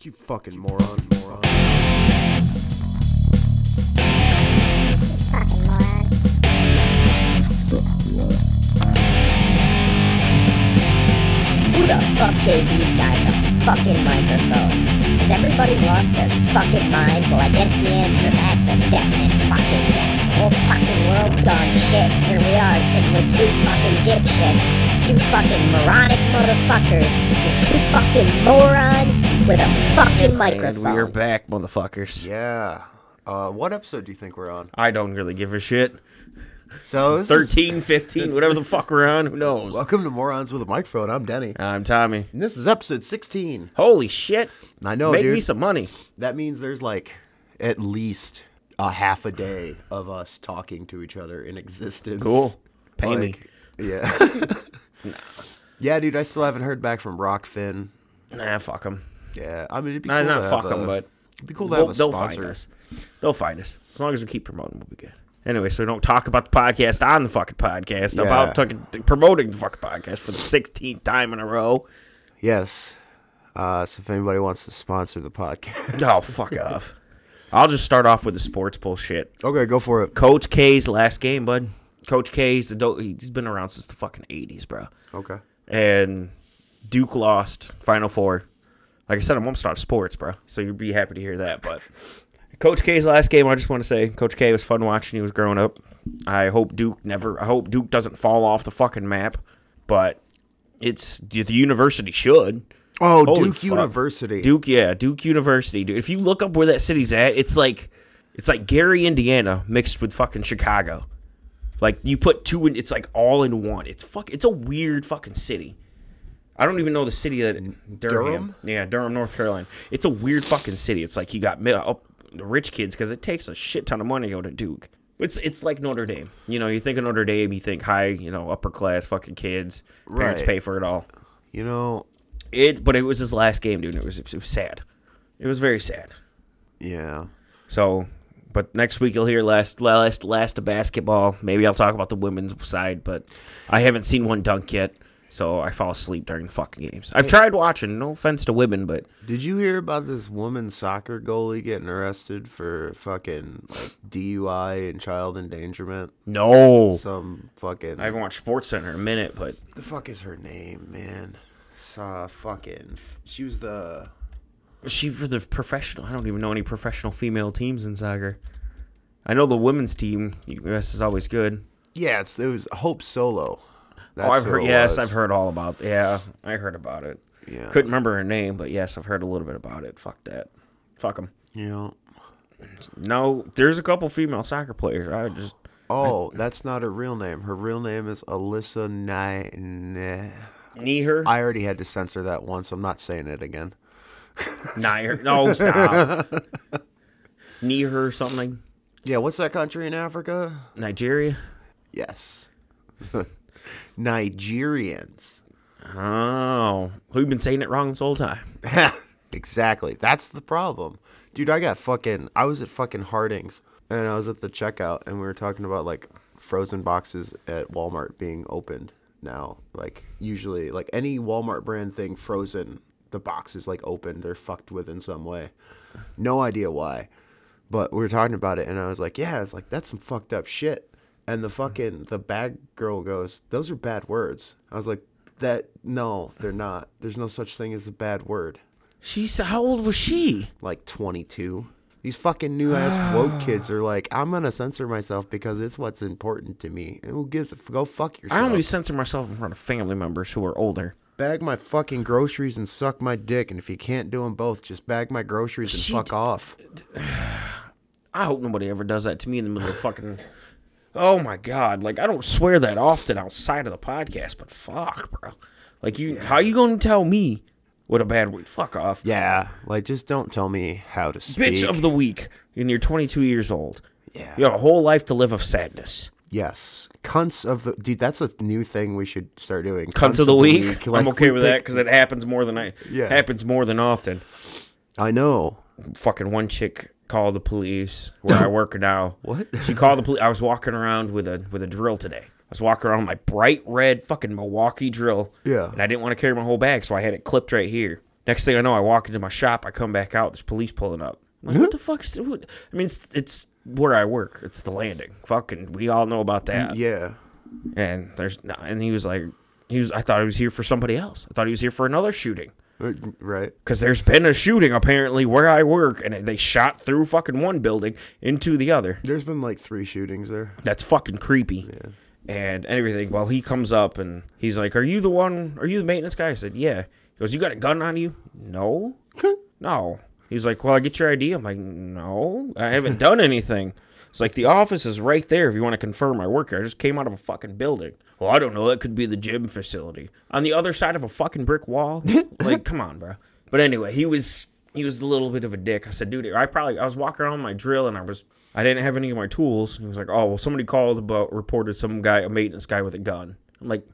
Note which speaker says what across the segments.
Speaker 1: You fucking moron. moron.
Speaker 2: Fucking moron. Who the fuck gave these guys a fucking microphone? Has everybody lost their fucking mind? Well, I guess the answer to that's a definite fucking yes. Whole fucking world's gone to shit. Here we are sitting with two fucking dipshits, two fucking moronic motherfuckers, with two fucking morons with a fucking microphone.
Speaker 3: And we are back, motherfuckers.
Speaker 4: Yeah. Uh, what episode do you think we're on?
Speaker 3: I don't really give a shit.
Speaker 4: So this is-
Speaker 3: 13, 15, whatever the fuck we're on, who knows?
Speaker 4: Welcome to Morons with a Microphone. I'm Denny,
Speaker 3: I'm Tommy.
Speaker 4: and this is episode 16.
Speaker 3: Holy shit.
Speaker 4: I know,
Speaker 3: Make
Speaker 4: dude.
Speaker 3: me some money.
Speaker 4: That means there's like at least a half a day of us talking to each other in existence.
Speaker 3: Cool. Pay me.
Speaker 4: me. Yeah. Yeah, dude. I still haven't heard back from Rockfin.
Speaker 3: Nah, fuck them.
Speaker 4: Yeah, I mean it'd be
Speaker 3: Nah,
Speaker 4: cool to
Speaker 3: not
Speaker 4: have
Speaker 3: fuck
Speaker 4: a-
Speaker 3: them, but
Speaker 4: it'd be cool to
Speaker 3: they'll,
Speaker 4: have a
Speaker 3: they'll
Speaker 4: sponsor.
Speaker 3: find us. They'll find us. As long as we keep promoting, we'll be good. Anyway, so don't talk about the podcast on the fucking podcast, about
Speaker 4: Yeah.
Speaker 3: fucking promoting the fucking podcast for the 16th time in a row.
Speaker 4: Yes. Uh, so if anybody wants to sponsor the podcast,
Speaker 3: Oh, fuck off. I'll just start off with the sports bullshit.
Speaker 4: okay, go for it.
Speaker 3: Coach K's last game, bud. Coach K's, the do- he's been around since the fucking 80s, bro.
Speaker 4: Okay.
Speaker 3: And Duke lost Final Four. Like I said, I'm almost out of sports, bro. So you'd be happy to hear that. But Coach K's last game, I just want to say Coach K was fun watching. He was growing up. I hope Duke never, I hope Duke doesn't fall off the fucking map. But it's, the the university should.
Speaker 4: Oh,
Speaker 3: Holy
Speaker 4: Duke
Speaker 3: fuck.
Speaker 4: University.
Speaker 3: Duke, yeah, Duke University, dude. If you look up where that city's at, it's like it's like Gary, Indiana, mixed with fucking Chicago. Like you put two in, it's like all in one. It's fuck. It's a weird fucking city. I don't even know the city that Durham.
Speaker 4: Durham?
Speaker 3: Yeah, Durham, North Carolina. It's a weird fucking city. It's like you got mid, up the rich kids because it takes a shit ton of money to go to Duke. It's it's like Notre Dame. You know, you think of Notre Dame, you think high, you know, upper class fucking kids. Parents
Speaker 4: Right.
Speaker 3: pay for it all.
Speaker 4: You know,
Speaker 3: It, but it was his last game, dude. And it was it was sad. It was very sad.
Speaker 4: yeah.
Speaker 3: So, but next week you'll hear last last last of basketball. Maybe I'll talk about the women's side, but I haven't seen one dunk yet. So I fall asleep during the fucking games. I've tried watching. No offense to women, but
Speaker 4: Did you hear about this woman soccer goalie getting arrested for fucking like DUI and child endangerment?
Speaker 3: no.
Speaker 4: Some fucking
Speaker 3: I haven't watched Sports Center in a minute, but
Speaker 4: the fuck is her name, man? Saw fucking. She was the
Speaker 3: is she for the professional. I don't even know any professional female teams in soccer. I know the women's team. U.S. is always good.
Speaker 4: yeah. It's, it was Hope Solo. That's
Speaker 3: oh, I've
Speaker 4: who
Speaker 3: heard.
Speaker 4: it
Speaker 3: Yes,
Speaker 4: was.
Speaker 3: I've heard all about. Yeah, I heard about it.
Speaker 4: Yeah.
Speaker 3: Couldn't remember her name, but yes, I've heard a little bit about it. Fuck that. Fuck them.
Speaker 4: You know.
Speaker 3: No, there's a couple female soccer players. I just
Speaker 4: Oh, that's not her real name. Her real name is Alyssa Nye.
Speaker 3: knee her,
Speaker 4: I already had to censor that once. I'm not saying it again.
Speaker 3: knee her. No, stop. knee her or something.
Speaker 4: Yeah, what's that country in Africa?
Speaker 3: Nigeria.
Speaker 4: Yes. Nigerians.
Speaker 3: Oh, we've been saying it wrong this whole time.
Speaker 4: exactly. That's the problem. Dude, I got fucking I was at fucking Harding's and I was at the checkout and we were talking about like frozen boxes at Walmart being opened now. Like usually like any Walmart brand thing frozen, the box is like opened or fucked with in some way. No idea why. But we were talking about it and I was like, Yeah, it's like that's some fucked up shit. And
Speaker 3: Mm-hmm.
Speaker 4: the fucking the bag girl goes, Those are bad words. I was like, That no, they're not. There's no such thing as a bad word
Speaker 3: She's how old was she?
Speaker 4: like 22. These fucking new ass woke kids are like, I'm gonna censor myself because it's what's important to me. And who gives a f- go fuck
Speaker 3: I
Speaker 4: yourself?
Speaker 3: only censor myself in front of family members who are older.
Speaker 4: bag my fucking groceries and suck my dick. And if you can't do them both, just bag my groceries and
Speaker 3: She
Speaker 4: fuck
Speaker 3: d- uh,
Speaker 4: off.
Speaker 3: I hope nobody ever does that to me in the middle of fucking. Oh my god! Like I don't swear that often outside of the podcast, but fuck, bro. Like you, how you gonna tell me what a bad word? Fuck off,
Speaker 4: Yeah, like just don't tell me how to speak.
Speaker 3: bitch of the week, and you're 22 years old.
Speaker 4: Yeah.
Speaker 3: You got a whole life to live of sadness.
Speaker 4: yes, cunts of the dude. That's a new thing we should start doing.
Speaker 3: Cunts of the week.
Speaker 4: Like,
Speaker 3: I'm okay
Speaker 4: we
Speaker 3: with that
Speaker 4: pick-
Speaker 3: 'cause that because it happens more than I.
Speaker 4: Yeah.
Speaker 3: Happens more than often.
Speaker 4: I know.
Speaker 3: fucking one chick called the police where I work now.
Speaker 4: What?
Speaker 3: She called the police. I was walking around with a with a drill today. I was walking around with my bright red fucking Milwaukee drill.
Speaker 4: Yeah.
Speaker 3: And I didn't want to carry my whole bag, so I had it clipped right here. Next thing I know, I walk into my shop. I come back out. There's police pulling up. I'm like, what the fuck is? Who? I mean, it's it's where I work. It's the landing. Fucking, we all know about that.
Speaker 4: Yeah.
Speaker 3: And there's no, and he was like, he was. I thought he was here for somebody else. I thought he was here for another shooting.
Speaker 4: Uh, Right.
Speaker 3: Because there's been a shooting apparently where I work, and they shot through fucking one building into the other.
Speaker 4: There's been like three shootings there.
Speaker 3: That's fucking creepy. And everything. Well, he comes up and he's like, "Are you the one? Are you the maintenance guy?" I said, "Yeah." He goes, "You got a gun on you?" No. no. He's like, "Well, I get your ID." I'm like, "No, I haven't done anything." It's like the office is right there. If you want to confirm my work here, I just came out of a fucking building. Well, I don't know. That could be the gym facility on the other side of a fucking brick wall. like, come on, bro. But anyway, he was he was a little bit of a dick. I said, dude, I probably I was walking around with my drill and I was I didn't have any of my tools. And he was like, oh well, somebody called about reported some guy a maintenance guy with a gun. I'm like,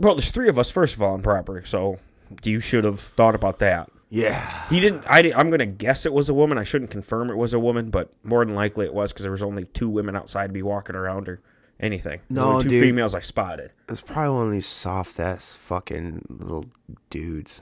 Speaker 3: bro, there's three of us first of all on property, so you should have thought about that.
Speaker 4: Yeah.
Speaker 3: He didn't. I, di- I'm gonna guess it was a woman. I shouldn't confirm it was a woman, but more than likely it was because there was only two women outside to be walking around or anything. There
Speaker 4: No,
Speaker 3: were two
Speaker 4: dude.
Speaker 3: females I spotted.
Speaker 4: It's probably one of these soft ass fucking little dudes.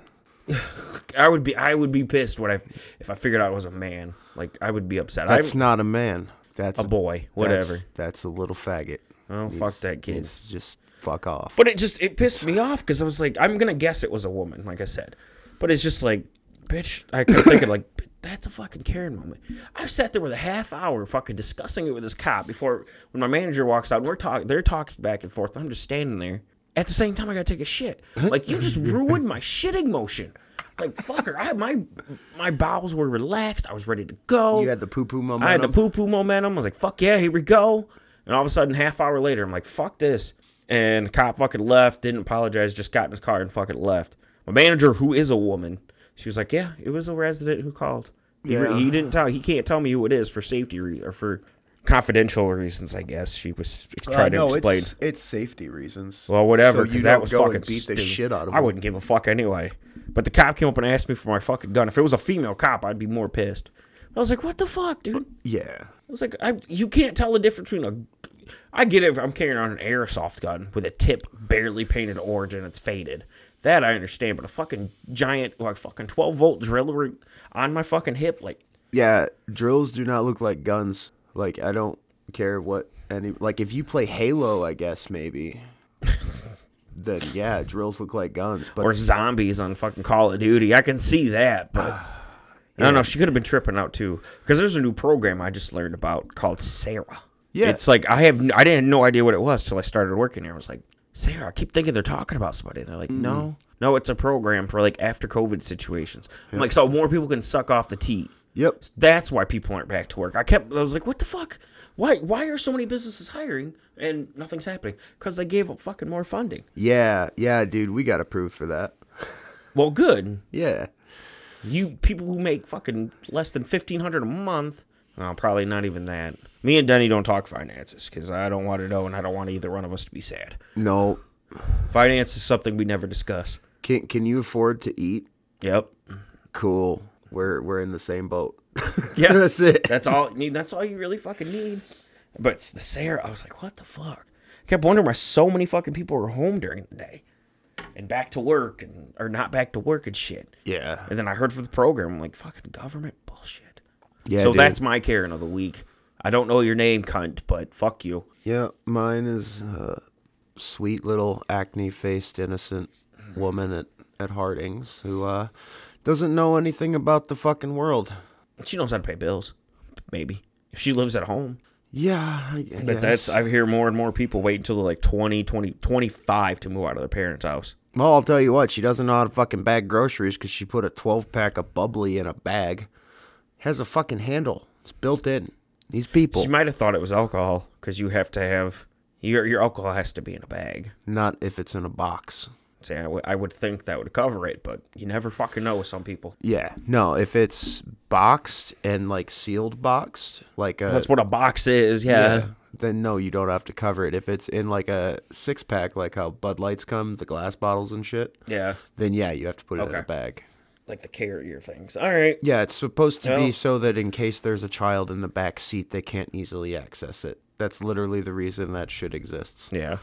Speaker 3: I would be. I would be pissed when I if I figured out it was a man. Like I would be upset.
Speaker 4: That's
Speaker 3: I'm
Speaker 4: not a man. That's
Speaker 3: a boy.
Speaker 4: that's-
Speaker 3: Whatever.
Speaker 4: That's, a little faggot.
Speaker 3: Oh,
Speaker 4: He's-
Speaker 3: fuck that kid.
Speaker 4: he's Just fuck off.
Speaker 3: But it just it pissed me off because I was like, I'm gonna guess it was a woman, like I said. But it's just like, bitch. I kept thinking like, "Bitch, that's a fucking Karen moment. I sat there with a half hour fucking discussing it with this cop before when my manager walks out and we're talking, they're talking back and forth. and I'm just standing there. At the same time, I gotta take a shit. Like you just ruined my shitting motion. Like fucker, I my my bowels were relaxed. I was ready to go.
Speaker 4: you had the poo poo moment.
Speaker 3: I had the poo poo momentum. I was like, fuck yeah, here we go. And all of a sudden, half hour later, I'm like, fuck this. And the cop fucking left, didn't apologize, just got in his car and fucking left. My manager, who is a woman, she was like, yeah, it was a resident who called. He, re-
Speaker 4: Yeah.
Speaker 3: he didn't tell. He can't tell me who it is for safety re- or for confidential reasons, I guess. She was trying to explain.
Speaker 4: It's, it's safety reasons.
Speaker 3: Well, whatever,
Speaker 4: So
Speaker 3: because
Speaker 4: you
Speaker 3: that
Speaker 4: don't
Speaker 3: was
Speaker 4: go
Speaker 3: fucking
Speaker 4: and beat
Speaker 3: stupid.
Speaker 4: the shit out of
Speaker 3: I
Speaker 4: him.
Speaker 3: wouldn't give a fuck anyway. But the cop came up and asked me for my fucking gun. If it was a female cop, I'd be more pissed. I was like, what the fuck, dude?
Speaker 4: Yeah.
Speaker 3: I was like, I, you can't tell the difference between a. I get it if I'm carrying on an airsoft gun with a tip barely painted orange and it's faded. That I understand, but a fucking giant, like fucking 12 volt drill rig on my fucking hip, like,
Speaker 4: Yeah. Drills do not look like guns. Like I don't care what any like if you play Halo, I guess maybe. then yeah, drills look like guns. But
Speaker 3: or zombies on fucking Call of Duty. I can see that, but.
Speaker 4: Ah,
Speaker 3: I don't know. She could have been tripping out too, because there's a new program I just learned about called Sarah.
Speaker 4: Yeah.
Speaker 3: it's like I have n- I didn't no idea what it was till I started working here. I was like, Sarah, I keep thinking they're talking about somebody. And they're like, no,
Speaker 4: Mm.
Speaker 3: no, it's a program for like after COVID situations. I'm like, so more people can suck off the tea.
Speaker 4: yep.
Speaker 3: That's why people aren't back to work. I kept I was like, what the fuck? Why why are so many businesses hiring and nothing's happening? Because they gave up fucking more funding.
Speaker 4: Yeah, yeah, dude, we got approved for that.
Speaker 3: Well, good.
Speaker 4: Yeah.
Speaker 3: You people who make fucking less than fifteen hundred a month. Oh, probably not even that. Me and Denny don't talk finances because I don't want to know, and I don't want either one of us to be sad.
Speaker 4: No.
Speaker 3: Finance is something we never discuss.
Speaker 4: Can can you afford to eat?
Speaker 3: Yep.
Speaker 4: Cool. We're we're in the same boat.
Speaker 3: Yeah.
Speaker 4: That's it.
Speaker 3: That's all. I need. That's all you really fucking need. But it's the Sarah, I was like, what the fuck? I kept wondering why so many fucking people were home during the day, and back to work, and or not back to work and shit.
Speaker 4: Yeah.
Speaker 3: And then I heard from the program, I'm like, fucking government bullshit.
Speaker 4: Yeah.
Speaker 3: so
Speaker 4: dude.
Speaker 3: that's my Karen of the week. I don't know your name, cunt, but fuck you.
Speaker 4: Yeah, mine is uh sweet little acne-faced innocent woman at at Hardings who uh doesn't know anything about the fucking world.
Speaker 3: She knows how to pay bills, maybe. If she lives at home.
Speaker 4: Yeah, I, I
Speaker 3: But that's, I hear more and more people wait until they're like 20, 20, 25 to move out of their parents' house.
Speaker 4: Well, I'll tell you what, she doesn't know how to fucking bag groceries because she put a 12 pack of bubbly in a bag. Has a fucking handle. It's built in. These people.
Speaker 3: She might have thought it was alcohol because you have to have, your, your alcohol has to be in a bag.
Speaker 4: Not if it's in a box.
Speaker 3: See, I would- I would think that would cover it, but you never fucking know with some people.
Speaker 4: Yeah, no, if it's boxed and like sealed boxed, like a.
Speaker 3: That's what a box is, yeah.
Speaker 4: Uh, Then no, you don't have to cover it. If it's in like a six pack, like how Bud Lights come, the glass bottles and shit,
Speaker 3: Yeah.
Speaker 4: then yeah, you have to put it in a
Speaker 3: Okay.
Speaker 4: bag.
Speaker 3: Like the carrier things. All right.
Speaker 4: Yeah, it's supposed to
Speaker 3: Well-
Speaker 4: be so that in case there's a child in the back seat, they can't easily access it. That's literally the reason that shit exists.
Speaker 3: Yeah.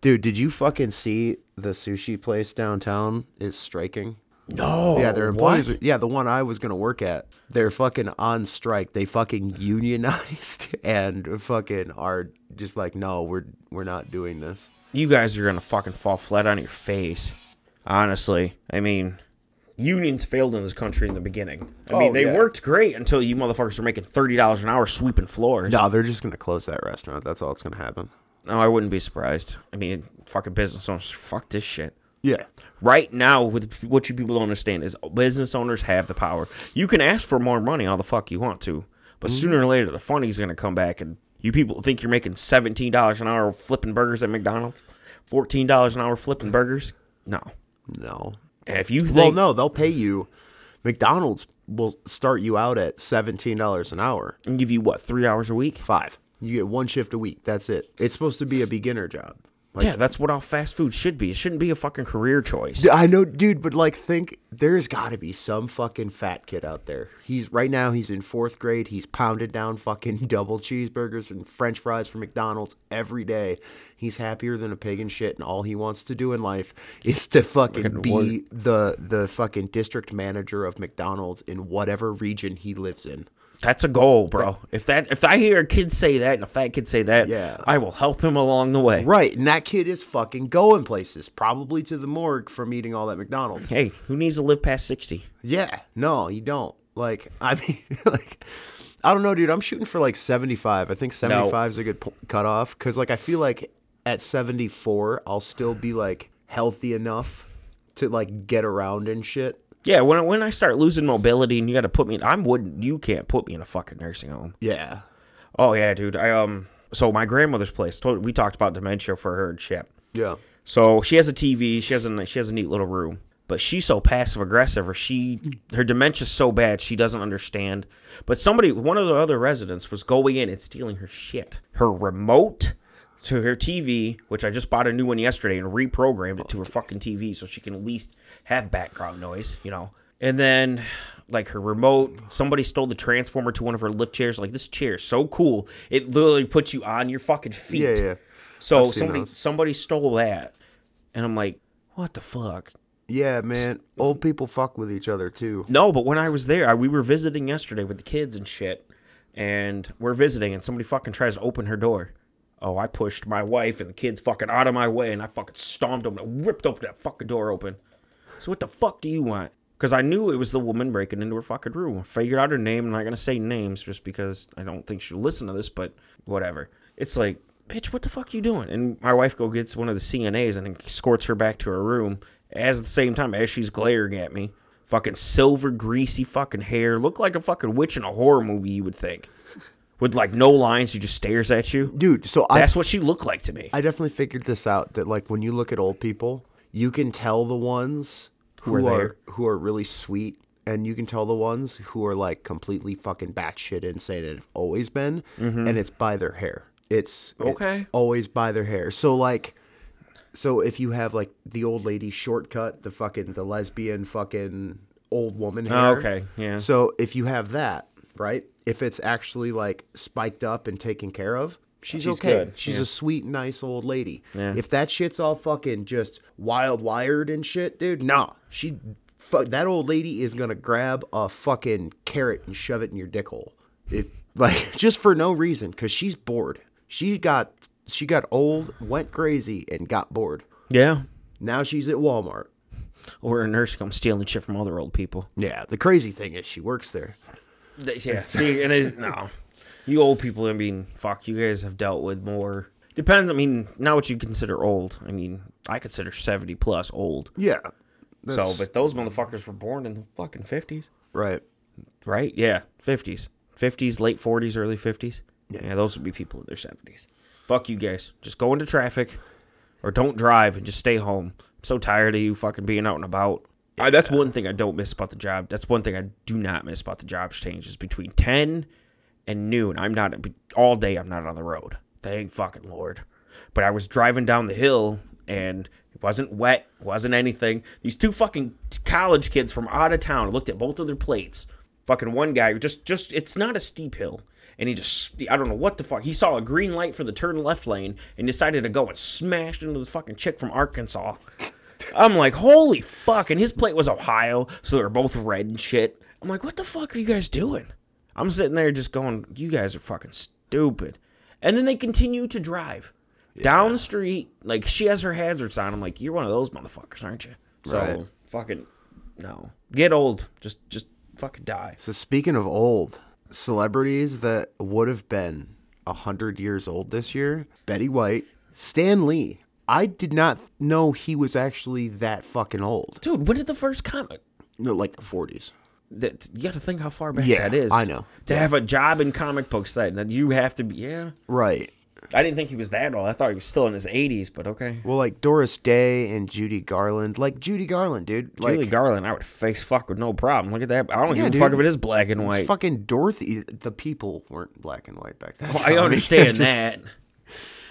Speaker 4: Dude, did you fucking see the sushi place downtown is striking?
Speaker 3: No.
Speaker 4: Yeah, their
Speaker 3: Oh, what?
Speaker 4: employees. Yeah, the one I was gonna work at, they're fucking on strike. They fucking unionized and fucking are just like, no, we're we're not doing this.
Speaker 3: You guys are gonna fucking fall flat on your face. Honestly, I mean, unions failed in this country in the beginning. I mean,
Speaker 4: Oh,
Speaker 3: they
Speaker 4: yeah.
Speaker 3: worked great until you motherfuckers were making thirty dollars an hour sweeping floors.
Speaker 4: No, they're just gonna close that restaurant. That's all that's gonna happen.
Speaker 3: No, I wouldn't be surprised. I mean, fucking business owners, fuck this shit.
Speaker 4: Yeah.
Speaker 3: Right now, with what you people don't understand is business owners have the power. You can ask for more money all the fuck you want to, but
Speaker 4: Mm-hmm.
Speaker 3: sooner or later the funny's gonna come back, and you people think you're making seventeen dollars an hour flipping burgers at McDonald's, fourteen dollars an hour flipping burgers. No,
Speaker 4: No.
Speaker 3: and if you think,
Speaker 4: Well, no, they'll pay you. McDonald's will start you out at seventeen dollars an hour.
Speaker 3: and give you what three hours a week.
Speaker 4: Five. You get one shift a week. That's it. It's supposed to be a beginner job. Like,
Speaker 3: yeah, that's what all fast food should be. It shouldn't be a fucking career choice.
Speaker 4: D- I know, dude, but like, think there's got to be some fucking fat kid out there. He's right now, he's in fourth grade. He's pounded down fucking double cheeseburgers and french fries from McDonald's every day. He's happier than a pig and shit, and all he wants to do in life is to fucking
Speaker 3: Fucking
Speaker 4: be the, the fucking district manager of McDonald's in whatever region he lives in.
Speaker 3: That's a goal, bro. If that if I hear a kid say that and a fat kid say that,
Speaker 4: Yeah.
Speaker 3: I will help him along the way.
Speaker 4: Right, and that kid is fucking going places, probably to the morgue from eating all that McDonald's.
Speaker 3: Hey, who needs to live past sixty?
Speaker 4: Yeah, no, you don't. Like, I mean, like, I don't know, dude. I'm shooting for like 75. I think 75 is a good po- cutoff because, like, I feel like at 74, I'll still be like healthy enough to like get around and shit.
Speaker 3: Yeah, when I, when I start losing mobility and you got to put me, in, I'm wouldn't you can't put me in a fucking nursing home.
Speaker 4: Yeah.
Speaker 3: Oh yeah, dude. I um. So my grandmother's place. Told, we talked about dementia for her and shit.
Speaker 4: Yeah.
Speaker 3: So she has a TV. She has a she has a neat little room. But she's so passive aggressive, or she her dementia's so bad she doesn't understand. But somebody, one of the other residents, was going in and stealing her shit, her remote to her TV, which I just bought a new one yesterday and reprogrammed it to her fucking TV so she can at least have background noise, you know. And then, like her remote, somebody stole the transformer to one of her lift chairs. Like this chair, is so cool, it literally puts you on your fucking feet.
Speaker 4: Yeah. Yeah.
Speaker 3: So
Speaker 4: I've seen
Speaker 3: somebody
Speaker 4: those.
Speaker 3: somebody stole that, and I'm like, what the fuck?
Speaker 4: Yeah, man. Old people fuck with each other too.
Speaker 3: No, but when I was there, I, we were visiting yesterday with the kids and shit, and we're visiting, and somebody fucking tries to open her door. Oh, I pushed my wife and the kids fucking out of my way, and I fucking stomped them and ripped open that fucking door open. So what the fuck do you want? Because I knew it was the woman breaking into her fucking room. I figured out her name. I'm not gonna say names just because I don't think she'll listen to this, but whatever. It's like, bitch, what the fuck you doing? And my wife go gets one of the CNAs and escorts her back to her room. As at the same time as she's glaring at me, fucking silver greasy fucking hair, look like a fucking witch in a horror movie. You would think, with like no lines, she just stares at you.
Speaker 4: Dude, so I
Speaker 3: That's what she looked like to me.
Speaker 4: I definitely figured this out that like when you look at old people, you can tell the ones who,
Speaker 3: are
Speaker 4: are,
Speaker 3: there.
Speaker 4: who are really sweet and you can tell the ones who are like completely fucking batshit insane and have always been and it's by their hair. It's it's
Speaker 3: Mm-hmm. Okay.
Speaker 4: always by their hair. So like so if you have like the old lady shortcut, the fucking the lesbian fucking old woman hair.
Speaker 3: Oh, okay, yeah.
Speaker 4: So if you have that, right? If it's actually like spiked up and taken care of, she's,
Speaker 3: She's
Speaker 4: okay.
Speaker 3: good,
Speaker 4: She's
Speaker 3: yeah.
Speaker 4: a sweet, nice old lady.
Speaker 3: Yeah.
Speaker 4: If that shit's all fucking just wild wired and shit, dude, nah. She fuck that old lady is gonna grab a fucking carrot and shove it in your dick hole. It like just for no reason, cause she's bored. She got she got old, went crazy, and got bored.
Speaker 3: yeah,
Speaker 4: Now she's at Walmart.
Speaker 3: or a nurse come stealing shit from other old people.
Speaker 4: Yeah, the crazy thing is she works there.
Speaker 3: They- Yeah, see, and it, no, you old people. I mean, fuck, you guys have dealt with more. Depends. I mean, not what you consider old. I mean, I consider seventy plus old.
Speaker 4: Yeah.
Speaker 3: So,
Speaker 4: that's-
Speaker 3: but those motherfuckers were born in the fucking fifties,
Speaker 4: right.
Speaker 3: right? Yeah, fifties, fifties, late forties, early fifties. Yeah. those would be people in their seventies. Fuck you guys. Just go into traffic, or don't drive and just stay home. I'm so tired of you fucking being out and about. I, that's one thing I don't miss about the job. That's one thing I do not miss about the job changes between ten and noon. I'm not all day. I'm not on the road. Thank fucking lord. But I was driving down the hill and it wasn't wet, wasn't anything. These two fucking t- college kids from out of town looked at both of their plates. Fucking one guy who just just it's not a steep hill. And he just, I don't know what the fuck. He saw a green light for the turn left lane and decided to go and smashed into this fucking chick from Arkansas. I'm like, holy fuck! And his plate was Ohio, so they're both red and shit. I'm like, what the fuck are you guys doing? I'm sitting there just going, you guys are fucking stupid. And then they continue to drive down the street. Like she has her hazards on. I'm like, you're one of those motherfuckers, aren't you? So
Speaker 4: Right.
Speaker 3: fucking no, get old. Just just fucking die.
Speaker 4: So speaking of old celebrities that would have been hundred years old this year, Betty White, Stan Lee. I did not know he was actually that fucking old.
Speaker 3: Dude, when did the first comic?
Speaker 4: No, like the forties.
Speaker 3: That you got to think how far back
Speaker 4: Yeah,
Speaker 3: that is.
Speaker 4: I know.
Speaker 3: To have a job in comic books, that that you have to be. Yeah,
Speaker 4: Right.
Speaker 3: I didn't think he was that old. I thought he was still in his 80s, but okay.
Speaker 4: Well, like Doris Day and Judy Garland. Like Judy Garland, dude. Like
Speaker 3: Julie Garland, I would face fuck with no problem. Look at that. I don't
Speaker 4: Yeah,
Speaker 3: give a fuck
Speaker 4: dude.
Speaker 3: if it is black and
Speaker 4: it's
Speaker 3: white.
Speaker 4: fucking Dorothy. The people weren't black and white back then.
Speaker 3: Well, I
Speaker 4: Tommy.
Speaker 3: understand
Speaker 4: Just-
Speaker 3: that.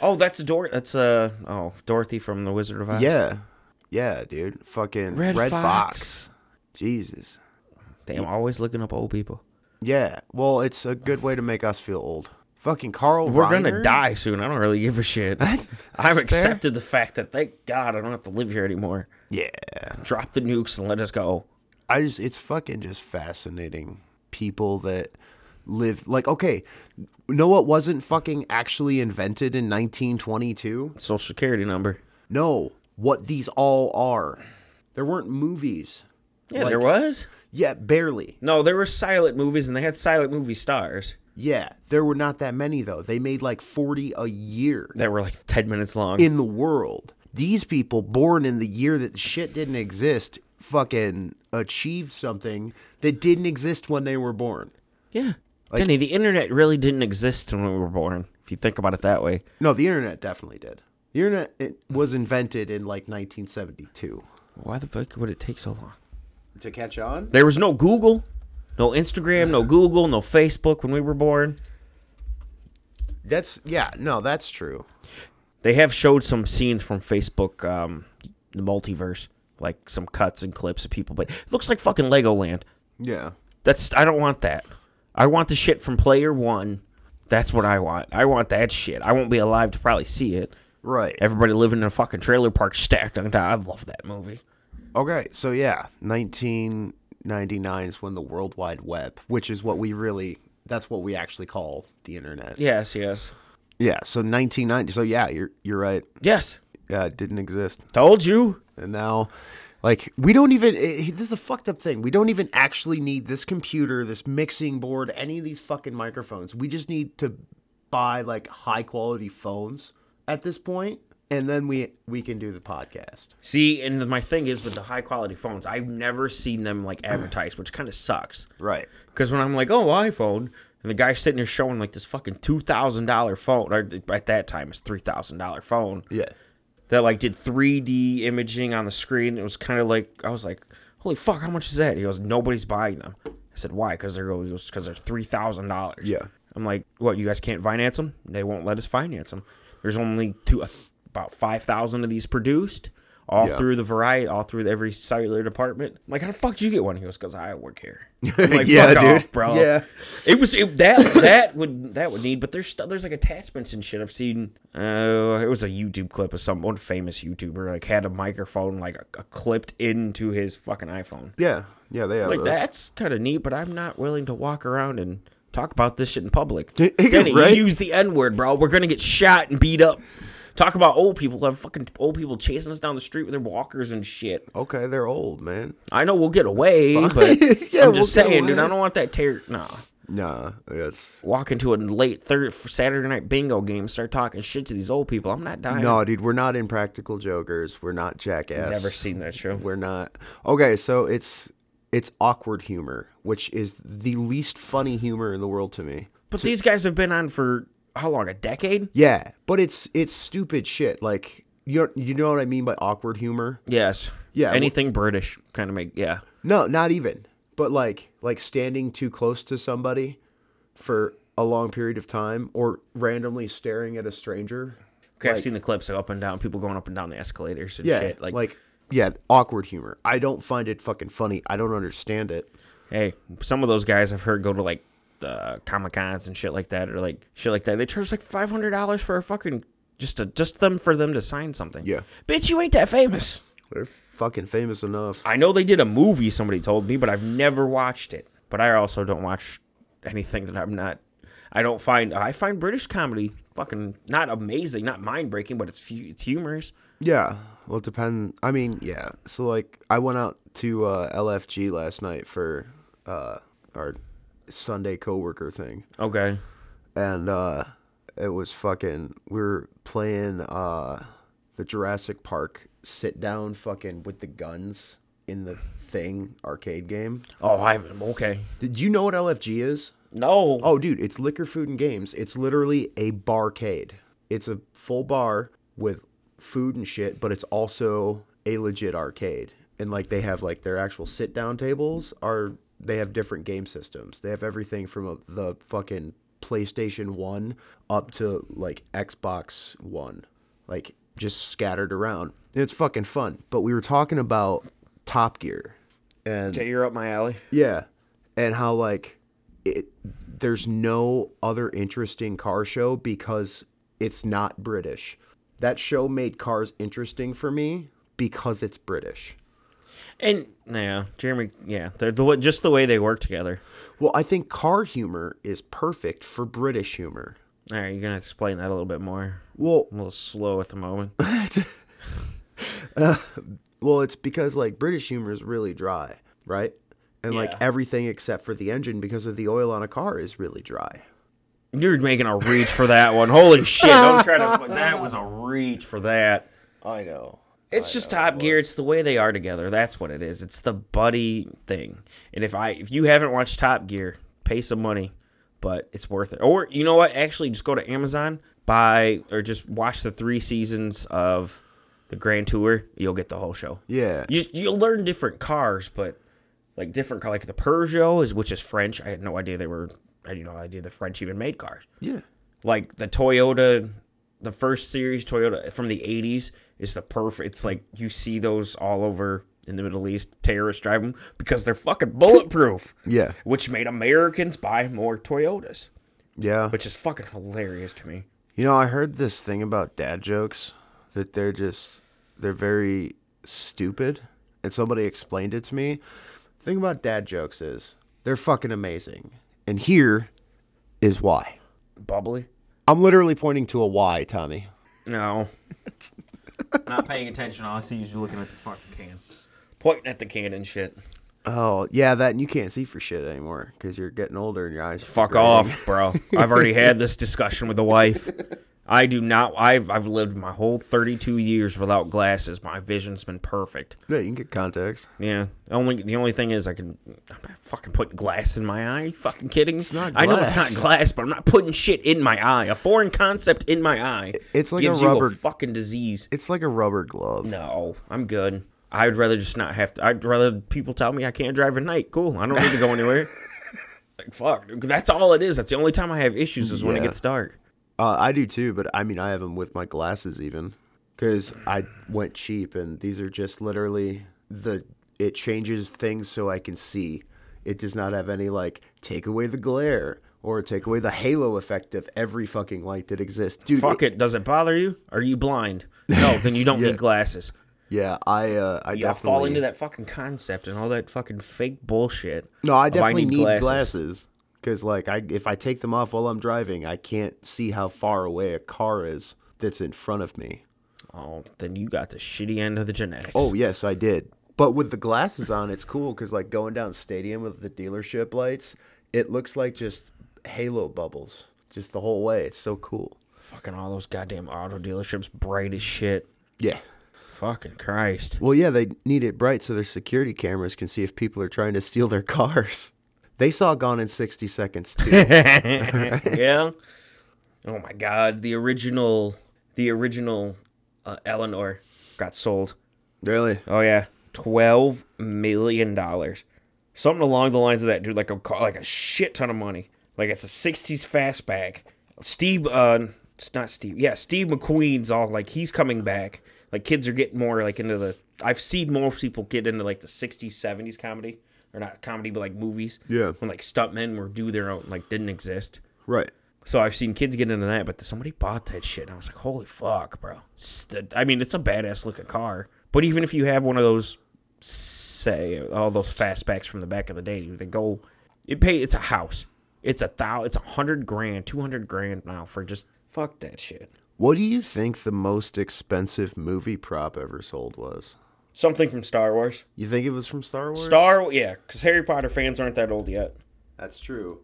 Speaker 3: Oh, that's Dor. That's uh oh Dorothy from the Wizard of Oz.
Speaker 4: Yeah. Yeah, dude. Fucking
Speaker 3: Red
Speaker 4: Red,
Speaker 3: Fox.
Speaker 4: Fox. Jesus.
Speaker 3: Damn, always looking up old people.
Speaker 4: Yeah. Well, it's a good way to make us feel old. Fucking Carl.
Speaker 3: We're gonna
Speaker 4: Reiner?
Speaker 3: die soon. I don't really give a shit.
Speaker 4: That's- that's
Speaker 3: I've
Speaker 4: fair.
Speaker 3: accepted the fact that thank God I don't have to live here anymore.
Speaker 4: Yeah.
Speaker 3: Drop the nukes and let us go.
Speaker 4: I just. It's fucking just fascinating. People that lived like okay. No, it wasn't fucking actually invented in 1922.
Speaker 3: Social security number.
Speaker 4: No, what these all are. There weren't movies.
Speaker 3: Yeah,
Speaker 4: Like-
Speaker 3: there was.
Speaker 4: Yeah, barely.
Speaker 3: No, there were silent movies and they had silent movie stars
Speaker 4: Yeah, there were not that many though. They made like 40 a year
Speaker 3: that were like ten minutes long.
Speaker 4: in the world. These people born in the year that shit didn't exist fucking achieved something that didn't exist when they were born.
Speaker 3: Yeah. Denny, the internet really didn't exist when we were born, if you think about it that way.
Speaker 4: No, the internet definitely did. The internet it was invented in like 1972.
Speaker 3: Why the fuck would it take so long?
Speaker 4: To catch on?
Speaker 3: There was no Google, no Instagram, no Google, no Facebook when we were born.
Speaker 4: That's yeah, no, that's true.
Speaker 3: They have showed some scenes from Facebook, um, the multiverse, like some cuts and clips of people, but it looks like fucking Legoland.
Speaker 4: Yeah.
Speaker 3: That's I don't want that. I want the shit from Player One. That's what I want. I want that shit. I won't be alive to probably see it.
Speaker 4: Right.
Speaker 3: Everybody living in a fucking trailer park stacked on top. I love that movie.
Speaker 4: Okay, so yeah, 1999 is when the World Wide Web, which is what we really, that's what we actually call the internet.
Speaker 3: Yes, yes,
Speaker 4: Yeah, so 1990, so yeah, you're you're right.
Speaker 3: yes.
Speaker 4: Yeah, it didn't exist.
Speaker 3: Told you.
Speaker 4: And now, like, we don't even, eh, this is a fucked up thing. We don't even actually need this computer, this mixing board, any of these fucking microphones. We just need to buy, like, high quality phones at this point, and then we we can do the podcast.
Speaker 3: See, and my thing is with the high quality phones, I've never seen them like advertised, which kind of sucks.
Speaker 4: Right.
Speaker 3: Because when I'm like, oh, iPhone, and the guy's sitting there showing like this fucking two thousand dollar phone, or at that time it's three thousand dollar phone
Speaker 4: Yeah.
Speaker 3: that like did 3D imaging on the screen. It was kind of like I was like, holy fuck, how much is that? He goes, nobody's buying them. I said, why? Because they're because they're three thousand dollars.
Speaker 4: Yeah.
Speaker 3: I'm like, what? You guys can't finance them? They won't let us finance them. There's only two, about five thousand of these produced, all
Speaker 4: Yeah.
Speaker 3: through the variety, all through every cellular department. I'm like, how the fuck did you get one? He goes, because I work here. I'm like,
Speaker 4: Yeah,
Speaker 3: fuck
Speaker 4: dude.
Speaker 3: off, bro.
Speaker 4: Yeah.
Speaker 3: It was it, that that would that would need, but there's stu- there's like attachments and shit. I've seen. Uh, it was a YouTube clip of some one famous YouTuber like had a microphone like a, clipped into his fucking iPhone.
Speaker 4: Yeah. Yeah, they have
Speaker 3: Like
Speaker 4: those.
Speaker 3: that's kind of neat, but I'm not willing to walk around and talk about this shit in public.
Speaker 4: Yeah,
Speaker 3: Denny,
Speaker 4: right?
Speaker 3: you use the N word, bro. We're gonna get shot and beat up. Talk about old people. Have fucking old people chasing us down the street with their walkers and shit.
Speaker 4: Okay, they're old, man.
Speaker 3: I know we'll get away, but
Speaker 4: Yeah,
Speaker 3: I'm
Speaker 4: we'll
Speaker 3: just
Speaker 4: get
Speaker 3: saying, dude.
Speaker 4: away.
Speaker 3: I don't want that tear. Nah.
Speaker 4: Nah, that's
Speaker 3: walk into a late third Saturday night bingo game, and start talking shit to these old people. I'm not dying.
Speaker 4: no, dude. We're not impractical jokers. We're not jackass.
Speaker 3: I've never seen that show.
Speaker 4: We're not. Okay, so it's it's awkward humor, which is the least funny humor in the world to me.
Speaker 3: But these guys have been on for how long? A decade?
Speaker 4: Yeah, but it's it's stupid shit. Like you know, you know what I mean by awkward humor?
Speaker 3: Yes.
Speaker 4: Yeah,
Speaker 3: Anything British kind of make yeah.
Speaker 4: No, not even. But like like standing too close to somebody for a long period of time, or randomly staring at a stranger.
Speaker 3: Okay, I've
Speaker 4: Like-
Speaker 3: seen the clips of up and down people going up and down the escalators and
Speaker 4: Yeah,
Speaker 3: shit. Like,
Speaker 4: yeah, awkward humor. I don't find it fucking funny. I don't understand it.
Speaker 3: hey, some of those guys I've heard go to like the comic cons and shit like that or like shit like that. They charge like five hundred dollars for a fucking just to just them for them to sign something.
Speaker 4: Yeah.
Speaker 3: Bitch, you ain't that famous.
Speaker 4: They're fucking famous enough.
Speaker 3: I know they did a movie, somebody told me, but I've never watched it. But I also don't watch anything that I'm not. I don't find. I find British comedy fucking not amazing, not mind breaking, but it's fu- it's humorous.
Speaker 4: Yeah. Well, it depend. I mean, yeah. So like, I went out to uh, LFG last night for uh, our Sunday coworker thing,
Speaker 3: Okay.
Speaker 4: and uh, it was fucking. We were playing uh, the Jurassic Park sit down fucking with the guns in the thing arcade game.
Speaker 3: Oh, I'm okay.
Speaker 4: Did you know what LFG is?
Speaker 3: No.
Speaker 4: Oh, dude, it's liquor, food, and games. It's literally a barcade. It's a full bar with food and shit, but it's also a legit arcade. And like they have like their actual sit down tables are they have different game systems. They have everything from a, the fucking PlayStation 1 up to like Xbox 1. Like just scattered around. And it's fucking fun. But we were talking about Top Gear and
Speaker 3: Okay, you're up my alley.
Speaker 4: yeah, and how like it, there's no other interesting car show because it's not British. That show made cars interesting for me because it's British.
Speaker 3: And yeah, Jeremy. Yeah, they're the, wa- just the way they work together.
Speaker 4: Well, I think car humor is perfect for British humor.
Speaker 3: All right, you're gonna explain that a little bit more.
Speaker 4: Well,
Speaker 3: I'm a little slow at the moment.
Speaker 4: well, it's because like British humor is really dry, right? And like
Speaker 3: Yeah.
Speaker 4: everything except for the engine because of the oil on a car is really dry.
Speaker 3: You're making a reach for that one. Holy shit! Don't try to. That was a reach for that.
Speaker 4: I know.
Speaker 3: It's just Top Gear. It's the way they are together. That's what it is. It's the buddy thing. And if I if you haven't watched Top Gear, pay some money, but it's worth it. Or you know what? Actually, just go to Amazon, buy or just watch the three seasons of the Grand Tour. You'll get the whole show.
Speaker 4: Yeah.
Speaker 3: You you'll learn different cars, but like different car, like the Peugeot is which is French. I had no idea they were. I had no idea the French even made cars
Speaker 4: Yeah.
Speaker 3: like the Toyota, the first series Toyota from the '80s is the perfect. It's like you see those all over in the Middle East. Terrorists drive them because they're fucking bulletproof.
Speaker 4: Yeah.
Speaker 3: which made Americans buy more Toyotas,
Speaker 4: Yeah.
Speaker 3: which is fucking hilarious to me.
Speaker 4: You know, I heard this thing about dad jokes that they're just they're very stupid, and somebody explained it to me. The thing about dad jokes is they're fucking amazing, and here is why.
Speaker 3: Bubbly?
Speaker 4: I'm literally pointing to a why, Tommy.
Speaker 3: No. Not paying attention. All I see is you looking at the fucking can, pointing at the can and shit.
Speaker 4: Oh yeah, that and you can't see for shit anymore because you're getting older and your eyes. are
Speaker 3: Fuck
Speaker 4: gray.
Speaker 3: off, bro. I've already had this discussion with the wife. I do not. I've I've lived my whole 32 years without glasses. My vision's been perfect.
Speaker 4: Yeah, you can get contacts.
Speaker 3: Yeah. Only the only thing is I can I'm not fucking putting glass in my eye. You fucking kidding? It's
Speaker 4: not
Speaker 3: I know it's not
Speaker 4: glass.
Speaker 3: glass, but I'm not putting shit in my eye. A foreign concept in my eye.
Speaker 4: It's like a
Speaker 3: gives you
Speaker 4: rubber-
Speaker 3: fucking disease.
Speaker 4: It's like a rubber glove.
Speaker 3: No, I'm good. I would rather just not have to. I'd rather people tell me I can't drive at night. Cool. I don't need to go anywhere. like fuck. That's all it is. That's the only time I have issues is when it
Speaker 4: Yeah.
Speaker 3: gets dark.
Speaker 4: Uh, I do too, but I mean, I have them with my glasses even because I went cheap, and these are just literally the it changes things so I can see. It does not have any like take away the glare or take away the halo effect of every fucking light that exists, dude.
Speaker 3: Fuck it. Does it bother you? Are you blind? No, then you don't
Speaker 4: Yeah.
Speaker 3: need glasses.
Speaker 4: Yeah, I uh, I
Speaker 3: Y'all
Speaker 4: definitely
Speaker 3: fall into that fucking concept and all that fucking fake bullshit.
Speaker 4: No, I
Speaker 3: of
Speaker 4: definitely need glasses because like I if I take them off while I'm driving, I can't see how far away a car is that's in front of me.
Speaker 3: Oh, then you got the shitty end of the genetics.
Speaker 4: Oh yes, I did. But with the glasses on, it's cool because like going down stadium with the dealership lights, it looks like just halo bubbles just the whole way. It's so cool.
Speaker 3: fucking all those goddamn auto dealerships, bright as shit.
Speaker 4: Yeah.
Speaker 3: Fucking Christ.
Speaker 4: Well, yeah, they need it bright so their security cameras can see if people are trying to steal their cars. They saw Gone in 60 Seconds too.
Speaker 3: yeah. Oh my God, the original, the original uh, Eleanor got sold.
Speaker 4: really?
Speaker 3: Oh yeah, twelve million dollars, something along the lines of that, dude. Like a car, like a shit ton of money. Like it's a '60s fastback. Steve, uh, it's not Steve. Yeah, Steve McQueen's all like he's coming back. Like kids are getting more like into the. I've seen more people get into like the '60s, '70s comedy, or not comedy, but like movies.
Speaker 4: Yeah.
Speaker 3: when like stuntmen were do their own, like didn't exist.
Speaker 4: Right.
Speaker 3: So I've seen kids get into that, but somebody bought that shit, and I was like, "Holy fuck, bro!" S- the- I mean, it's a badass looking car, But even if you have one of those, say all those fastbacks from the back of the day, dude, they go. It pay. It's a house. It's a thou. It's a hundred grand, two hundred grand now for just fuck that shit.
Speaker 4: What do you think the most expensive movie prop ever sold was?
Speaker 3: Something from Star Wars.
Speaker 4: You think it was from Star Wars?
Speaker 3: Star, yeah, because Harry Potter fans aren't that old yet,
Speaker 4: That's true.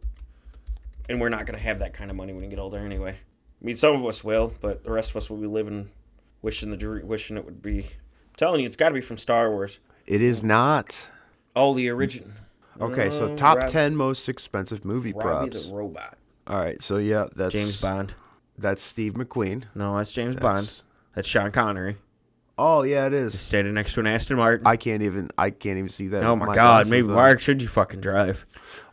Speaker 3: and we're not gonna have that kind of money when we get older anyway. I mean, some of us will, but the rest of us will be living, wishing the dream, wishing it would be. I'm telling you, it's got to be from Star Wars.
Speaker 4: It is not.
Speaker 3: Oh, the original.
Speaker 4: Okay, so top
Speaker 3: Rob-
Speaker 4: 10 most expensive movie
Speaker 3: Robbie
Speaker 4: props.
Speaker 3: the Robot.
Speaker 4: All right, so yeah, that's
Speaker 3: James Bond.
Speaker 4: That's Steve McQueen.
Speaker 3: No, that's James Bond.
Speaker 4: That's-
Speaker 3: That's Sean Connery.
Speaker 4: Oh, yeah, it is.
Speaker 3: Standing next to an Aston Martin.
Speaker 4: I can't even I can't even see that.
Speaker 3: oh
Speaker 4: with
Speaker 3: my, God!
Speaker 4: glasses
Speaker 3: Maybe
Speaker 4: on.
Speaker 3: why should you fucking drive?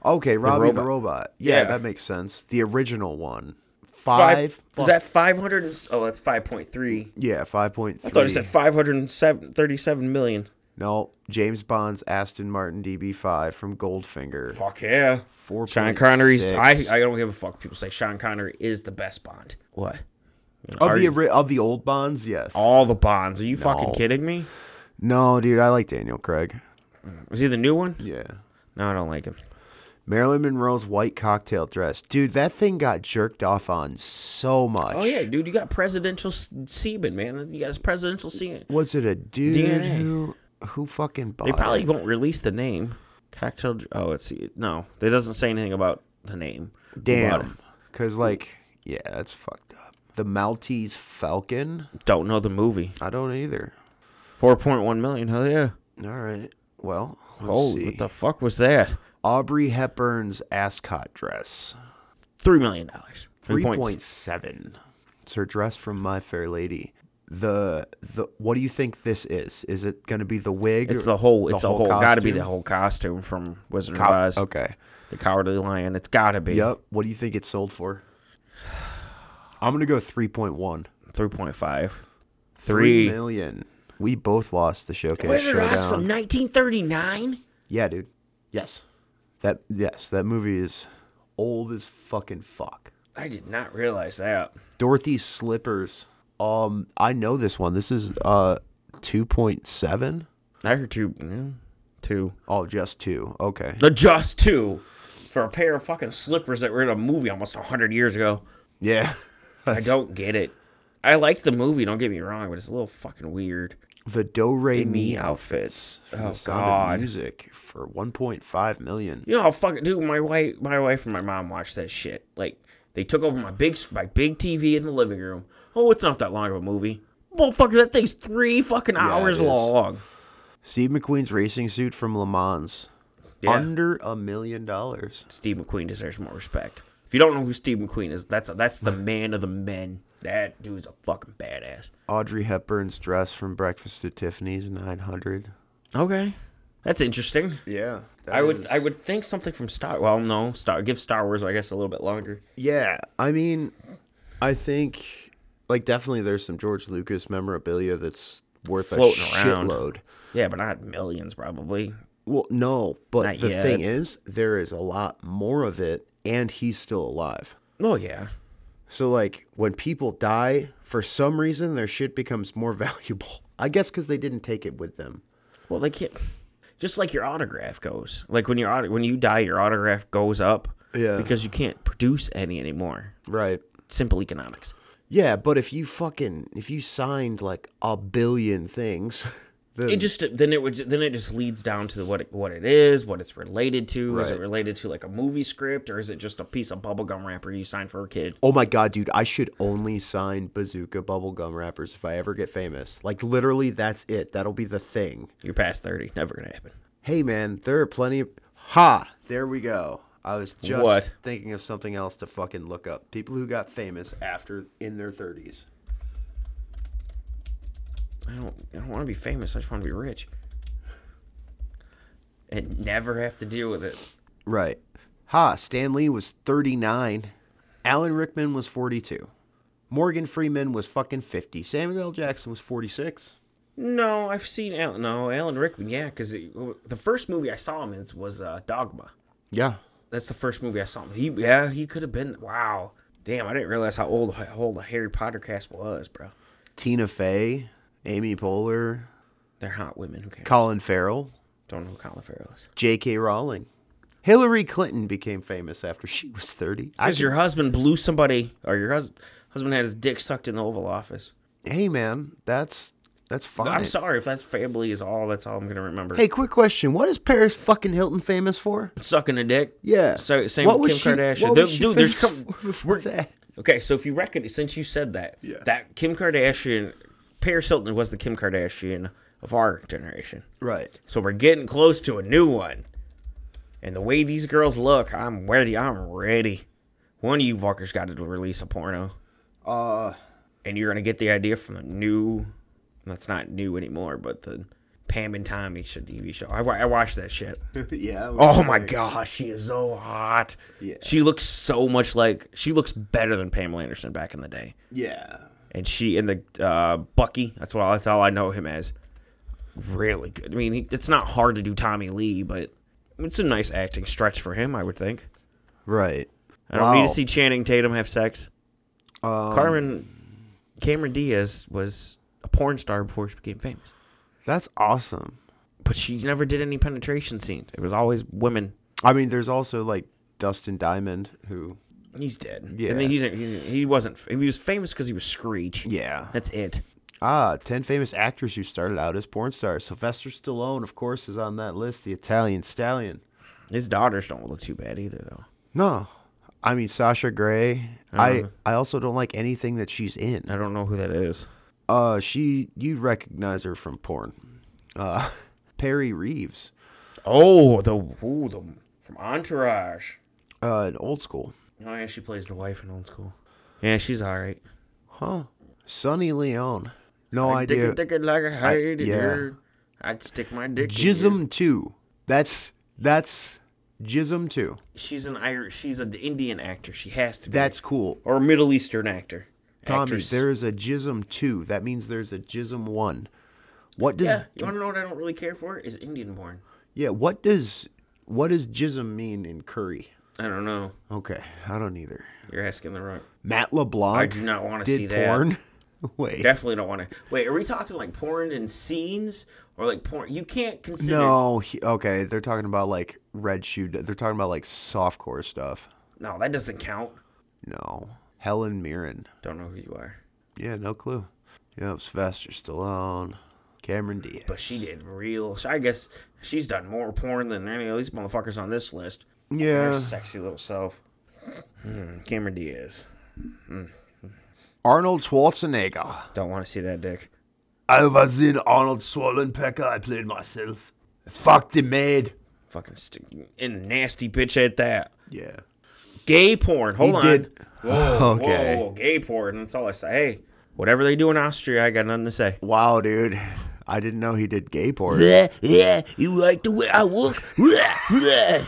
Speaker 4: Okay, Robbie the
Speaker 3: robot.
Speaker 4: robot. Yeah,
Speaker 3: Yeah.
Speaker 4: that makes sense. The original one. 5,
Speaker 3: Is that five hundred? Oh, that's five point three.
Speaker 4: Yeah, 5.3.
Speaker 3: I thought it said five hundred and seven thirty-seven million.
Speaker 4: No, James Bond's Aston Martin DB5 from Goldfinger.
Speaker 3: Fuck yeah.
Speaker 4: Four
Speaker 3: Sean
Speaker 4: point
Speaker 3: Connery's.
Speaker 4: six.
Speaker 3: I I don't give a fuck. People say Sean Connery is the best Bond. What?
Speaker 4: Of
Speaker 3: Are
Speaker 4: the
Speaker 3: you-
Speaker 4: ori- of the old Bonds, yes.
Speaker 3: all the Bonds. Are you fucking
Speaker 4: No.
Speaker 3: kidding me?
Speaker 4: No, dude, I like Daniel Craig.
Speaker 3: Is he the new one?
Speaker 4: Yeah.
Speaker 3: No, I don't like him.
Speaker 4: Marilyn Monroe's white cocktail dress. Dude, that thing got jerked off on so much.
Speaker 3: Oh yeah, dude, you got presidential s- semen, man. You got his presidential semen.
Speaker 4: Was it a dude
Speaker 3: DNA.
Speaker 4: who who fucking bought
Speaker 3: They probably
Speaker 4: it?
Speaker 3: won't release the name. Cocktail. Dr- Oh, it's no. It doesn't say anything about the name.
Speaker 4: Damn. Cuz like, yeah, that's fucked up. The Maltese Falcon?
Speaker 3: Don't know the movie.
Speaker 4: I don't either.
Speaker 3: Four point one million. Hell yeah.
Speaker 4: All right. Well, let's
Speaker 3: Holy,
Speaker 4: see.
Speaker 3: what the fuck was that?
Speaker 4: Aubrey Hepburn's ascot dress.
Speaker 3: Three million dollars.
Speaker 4: Three
Speaker 3: points.
Speaker 4: point seven. It's her dress from My Fair Lady. The the what do you think this is? Is it gonna be the wig?
Speaker 3: It's
Speaker 4: or
Speaker 3: the whole. It's a whole. Got to be the
Speaker 4: costume?
Speaker 3: whole costume from Wizard
Speaker 4: Co-
Speaker 3: of Oz.
Speaker 4: Okay.
Speaker 3: The Cowardly Lion. It's got to be.
Speaker 4: Yep. What do you think it sold for? I'm gonna go three point one.
Speaker 3: Three point five.
Speaker 4: Three
Speaker 3: Three.
Speaker 4: million. We both lost the showcase
Speaker 3: Wizard of Oz
Speaker 4: showdown.
Speaker 3: from 1939.
Speaker 4: yeah, dude. Yes. That yes, that movie is old as fucking fuck.
Speaker 3: I did not realize that.
Speaker 4: Dorothy's slippers. Um, I know this one. This is uh two point seven.
Speaker 3: I heard two. mm, Two.
Speaker 4: Oh, just two. Okay.
Speaker 3: The Just Two for a pair of fucking slippers that were in a movie almost 100 years ago.
Speaker 4: Yeah.
Speaker 3: I don't get it. I like the movie, don't get me wrong, but it's a little fucking weird.
Speaker 4: The Do Re
Speaker 3: Me
Speaker 4: Mi
Speaker 3: outfits.
Speaker 4: outfits. from
Speaker 3: Oh,
Speaker 4: The Sound of
Speaker 3: God.
Speaker 4: Music for one point five million.
Speaker 3: You know how fucking dude, my wife, my wife and my mom watched that shit. Like they took over my big my big TV in the living room. Oh, it's not that long of a movie. Motherfucker, that thing's three fucking hours
Speaker 4: is.
Speaker 3: long.
Speaker 4: Steve McQueen's racing suit from Le Mans.
Speaker 3: Yeah.
Speaker 4: Under a million dollars.
Speaker 3: Steve McQueen deserves more respect. If you don't know who Steve McQueen is, that's that's the man of the men. That dude's a fucking badass.
Speaker 4: Audrey Hepburn's dress from Breakfast at Tiffany's nine hundred.
Speaker 3: Okay, that's interesting.
Speaker 4: Yeah.
Speaker 3: I would I would think something from Star. Well, no, Star. Give Star Wars, I guess, a little bit longer.
Speaker 4: Yeah, I mean, I think like definitely there's some George Lucas memorabilia that's worth
Speaker 3: Floating
Speaker 4: a
Speaker 3: around.
Speaker 4: shitload.
Speaker 3: Yeah, but not millions, probably.
Speaker 4: Well, no, but
Speaker 3: Not
Speaker 4: the
Speaker 3: yet.
Speaker 4: thing is, there is a lot more of it, and he's still alive.
Speaker 3: Oh yeah,
Speaker 4: So like when people die, for some reason their shit becomes more valuable. I guess because they didn't take it with them.
Speaker 3: Well, they can't. Just like your autograph goes, like when your auto, when you die, your autograph goes up.
Speaker 4: Yeah.
Speaker 3: Because you can't produce any anymore.
Speaker 4: Right.
Speaker 3: Simple economics.
Speaker 4: Yeah, but if you fucking if you signed like a billion things, then
Speaker 3: It just then it would then it just leads down to what it, what it is, what it's related to. Is it
Speaker 4: Right.
Speaker 3: related to like a movie script, or is it just a piece of bubblegum wrapper you signed for a kid?
Speaker 4: Oh my god, dude, I should only sign bazooka bubblegum wrappers if I ever get famous. Like literally that's it. That'll be the thing.
Speaker 3: You're past thirty. Never gonna happen.
Speaker 4: Hey man, there are plenty of Ha! There we go. I was just
Speaker 3: What?
Speaker 4: thinking of something else to fucking look up. People who got famous after in their thirties.
Speaker 3: I don't I don't want to be famous. I just want to be rich. And never have to deal with it.
Speaker 4: Right. Ha, Stan Lee was 39. Alan Rickman was 42. Morgan Freeman was fucking 50. Samuel L. Jackson was 46.
Speaker 3: No, I've seen Alan. No, Alan Rickman. Yeah, because the first movie I saw him in was uh, Dogma.
Speaker 4: Yeah.
Speaker 3: That's the first movie I saw him. He yeah, he could have been. Wow, damn, I didn't realize how old how old the Harry Potter cast was, bro.
Speaker 4: Tina Fey, Amy Poehler,
Speaker 3: They're hot women. Who cares?
Speaker 4: Colin Farrell,
Speaker 3: Don't know who Colin Farrell is.
Speaker 4: J.K. Rowling. Hillary Clinton became famous after she was 30. I
Speaker 3: Because your husband blew somebody, or your hus- husband had his dick sucked in the Oval Office.
Speaker 4: could- hey man, that's that's fine.
Speaker 3: I'm sorry if that's family is all. That's all I'm gonna remember.
Speaker 4: Hey, quick question. What is Paris fucking Hilton famous for?
Speaker 3: sucking a dick.
Speaker 4: Yeah.
Speaker 3: So same
Speaker 4: What
Speaker 3: with
Speaker 4: was
Speaker 3: Kim
Speaker 4: she-
Speaker 3: Kardashian.
Speaker 4: what
Speaker 3: There-
Speaker 4: was she
Speaker 3: dude, there's
Speaker 4: famous
Speaker 3: com-
Speaker 4: for before
Speaker 3: we're-
Speaker 4: that?
Speaker 3: Okay, so if you reckon, since you said that,
Speaker 4: Yeah.
Speaker 3: that Kim Kardashian, Paris Hilton was the Kim Kardashian of our generation.
Speaker 4: Right.
Speaker 3: So we're getting close to a new one. And the way these girls look, I'm ready. I'm ready. One of you fuckers got to release a porno.
Speaker 4: Uh
Speaker 3: And you're going to get the idea from the new, that's not new anymore, but the Pam and Tommy show, TV show. I, wa- I watched that shit.
Speaker 4: yeah.
Speaker 3: Oh my gosh, she is so hot.
Speaker 4: Yeah.
Speaker 3: She looks so much like, she looks better than Pamela Anderson back in the day.
Speaker 4: Yeah.
Speaker 3: And she and the uh, Bucky, that's, what, that's all I know him as. Really good. I mean, he, it's not hard to do Tommy Lee, but it's a nice acting stretch for him, I would think.
Speaker 4: Right.
Speaker 3: I don't need
Speaker 4: Wow.
Speaker 3: to see Channing Tatum have sex.
Speaker 4: Um,
Speaker 3: Carmen Cameron Diaz was a porn star before she became famous,
Speaker 4: That's awesome.
Speaker 3: but she never did any penetration scenes. It was always women.
Speaker 4: I mean, there's also like Dustin Diamond who
Speaker 3: He's dead.
Speaker 4: Yeah.
Speaker 3: And then he didn't. He, didn't- he wasn't. He was famous because he was Screech.
Speaker 4: Yeah.
Speaker 3: That's it.
Speaker 4: Ah, 10 famous actors who started out as porn stars. Sylvester Stallone, of course, is on that list. The Italian Stallion.
Speaker 3: His daughters don't look too bad either, though.
Speaker 4: No. I mean, Sasha Gray. I, I also don't like anything that she's in.
Speaker 3: I don't know who that is.
Speaker 4: Uh, she you recognize her from porn. Uh, Perry Reeves,
Speaker 3: Oh, the ooh, the from Entourage.
Speaker 4: uh, in old school.
Speaker 3: Oh yeah, she plays the wife in Old School. Yeah, she's all right.
Speaker 4: Huh? Sonny Leone. No
Speaker 3: I'd dig
Speaker 4: idea.
Speaker 3: it, dig it like a hide in
Speaker 4: yeah.
Speaker 3: here. I'd stick my dick. in here.
Speaker 4: Jism two. That's that's Jism two.
Speaker 3: She's an Irish. She's an Indian actor. She has to be.
Speaker 4: That's cool.
Speaker 3: or Middle Eastern actor.
Speaker 4: Tommy,
Speaker 3: Actress.
Speaker 4: there is a Jism two. That means there's a Jism one. What does
Speaker 3: Yeah,
Speaker 4: yeah.
Speaker 3: you want to know what I don't really care for? Is Indian born.
Speaker 4: What does what does Jism mean in curry?
Speaker 3: I don't know.
Speaker 4: Okay, I don't either.
Speaker 3: You're asking the wrong.
Speaker 4: Matt LeBlanc.
Speaker 3: I do not wanna
Speaker 4: did
Speaker 3: see that.
Speaker 4: porn? Wait.
Speaker 3: Definitely don't want to. Wait, are we talking like porn and scenes or like porn? You can't consider.
Speaker 4: No, he, okay. They're talking about like red shoe. They're talking about like softcore stuff.
Speaker 3: No, that doesn't count.
Speaker 4: No, Helen Mirren.
Speaker 3: Don't know who you are,
Speaker 4: Yeah, no clue. Yep, Sylvester Stallone, Cameron Diaz.
Speaker 3: but she did real. I guess she's done more porn than any of these motherfuckers on this list. Her
Speaker 4: yeah,
Speaker 3: sexy little self. Hmm, Cameron Diaz.
Speaker 4: Arnold Schwarzenegger.
Speaker 3: Don't want to see that dick.
Speaker 4: I was in Arnold Schwarzenegger. I played myself. Fuck the maid.
Speaker 3: Fucking st- and nasty bitch at that.
Speaker 4: Yeah.
Speaker 3: gay porn. Hold on.
Speaker 4: did-
Speaker 3: Whoa,
Speaker 4: Okay.
Speaker 3: whoa, gay porn. That's all I say. Hey, whatever they do in Austria, I got nothing to say.
Speaker 4: Wow, dude. I didn't know he did gay porn.
Speaker 3: Yeah, yeah, you like the way I look? Yeah, yeah.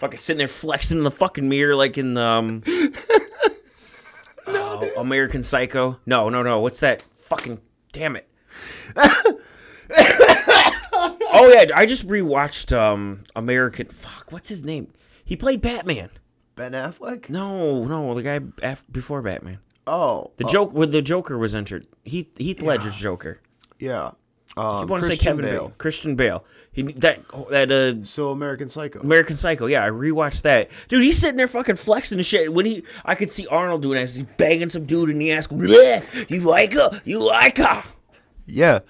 Speaker 3: Fucking sitting there flexing in the fucking mirror like in um oh, American Psycho. No, no, no. What's that? Fucking damn it. oh yeah, I just rewatched um American fuck, what's his name? He played Batman.
Speaker 4: Ben Affleck.
Speaker 3: No, no, the guy af- before Batman.
Speaker 4: Oh,
Speaker 3: The
Speaker 4: uh,
Speaker 3: joke where the Joker was entered. Heath Heath Ledger's Joker.
Speaker 4: yeah. Um,
Speaker 3: I want to say Kevin Bale. Christian Bale. He that that uh
Speaker 4: So American Psycho.
Speaker 3: American Psycho. Yeah, I rewatched that. Dude, he's sitting there fucking flexing and shit. When he, I could see Arnold doing that. He's banging some dude in the ass. "Yeah, You like her? You like her?
Speaker 4: Yeah.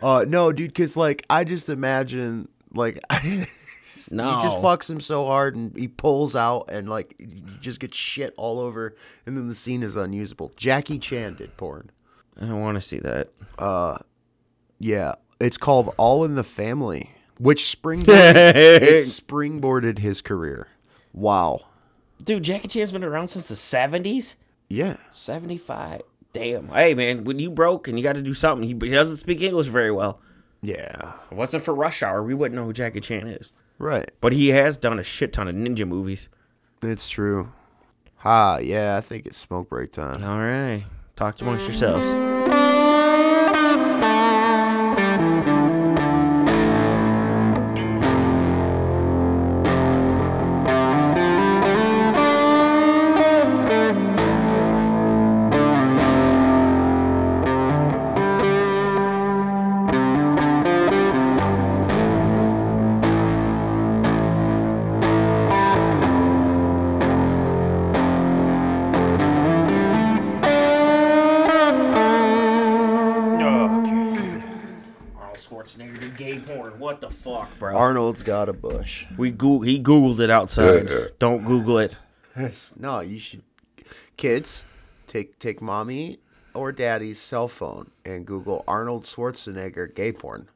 Speaker 4: Uh no, dude, cause like I just imagine like
Speaker 3: No.
Speaker 4: he just fucks him so hard and he pulls out and like you just get shit all over and then the scene is unusable. Jackie Chan did porn.
Speaker 3: I don't want to see that.
Speaker 4: Yeah. It's called All in the Family, which springboarded it springboarded his career. Wow.
Speaker 3: Dude, Jackie Chan's been around since the seventies.
Speaker 4: Yeah.
Speaker 3: Seventy five. Damn. Hey man, when you broke and you got to do something, he, he doesn't speak English very well.
Speaker 4: Yeah.
Speaker 3: If it wasn't for Rush Hour, we wouldn't know who Jackie Chan is.
Speaker 4: Right.
Speaker 3: But he has done a shit ton of ninja movies.
Speaker 4: It's true. Ha, yeah, I think it's smoke break time.
Speaker 3: All right. Talk amongst yourselves. What the fuck, bro?
Speaker 4: Arnold's got a bush.
Speaker 3: we Goo- he Googled it outside. Don't Google it.
Speaker 4: Yes. No, you should. Kids, take take mommy or daddy's cell phone and Google Arnold Schwarzenegger gay porn.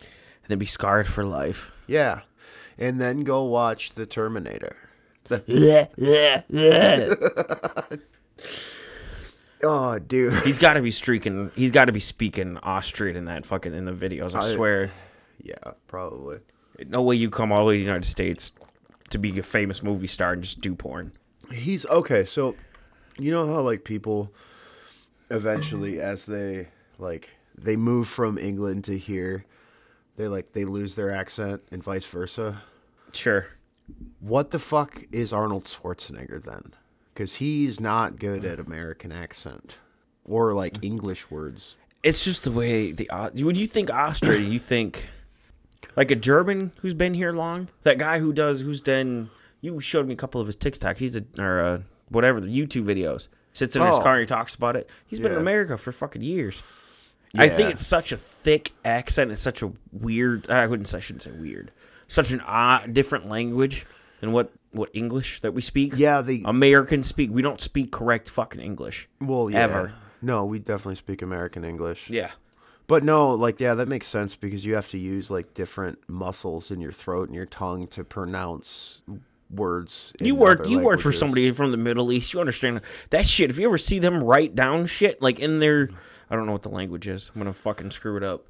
Speaker 3: And then be scarred for life.
Speaker 4: Yeah, and then go watch The Terminator.
Speaker 3: Yeah, yeah, yeah.
Speaker 4: Oh, dude.
Speaker 3: He's got to be streaking. He's got to be speaking Austrian in that fucking in the videos. I swear,
Speaker 4: Yeah, probably.
Speaker 3: no way you come all the way to the United States to be a famous movie star and just do porn.
Speaker 4: He's okay. So, you know how like people eventually, as they like, they move from England to here, they like they lose their accent and vice versa.
Speaker 3: Sure.
Speaker 4: what the fuck is Arnold Schwarzenegger then? Because he's not good at American accent or like English words.
Speaker 3: It's just the way the Au- when you think Austria, you think like a German who's been here long. That guy who does who's done. You showed me a couple of his TikTok. He's a or uh whatever the YouTube videos. Sits in his
Speaker 4: Oh.
Speaker 3: car and he talks about it. He's been in
Speaker 4: Yeah.
Speaker 3: America for fucking years. I
Speaker 4: Yeah.
Speaker 3: think it's such a thick accent. It's such a weird. I wouldn't. say- I shouldn't say weird. Such an odd, different language than what what English that we speak.
Speaker 4: Yeah, they-
Speaker 3: Americans speak. We don't speak correct fucking English.
Speaker 4: Well, yeah.
Speaker 3: Ever.
Speaker 4: No, we definitely speak American English.
Speaker 3: Yeah.
Speaker 4: But no, like, yeah, that makes sense because you have to use like different muscles in your throat and your tongue to pronounce words. in
Speaker 3: You worked.
Speaker 4: other
Speaker 3: You worked for
Speaker 4: languages.
Speaker 3: somebody from the Middle East. You understand that shit. If you ever see them write down shit like in their, I don't know what the language is. I'm gonna fucking screw it up.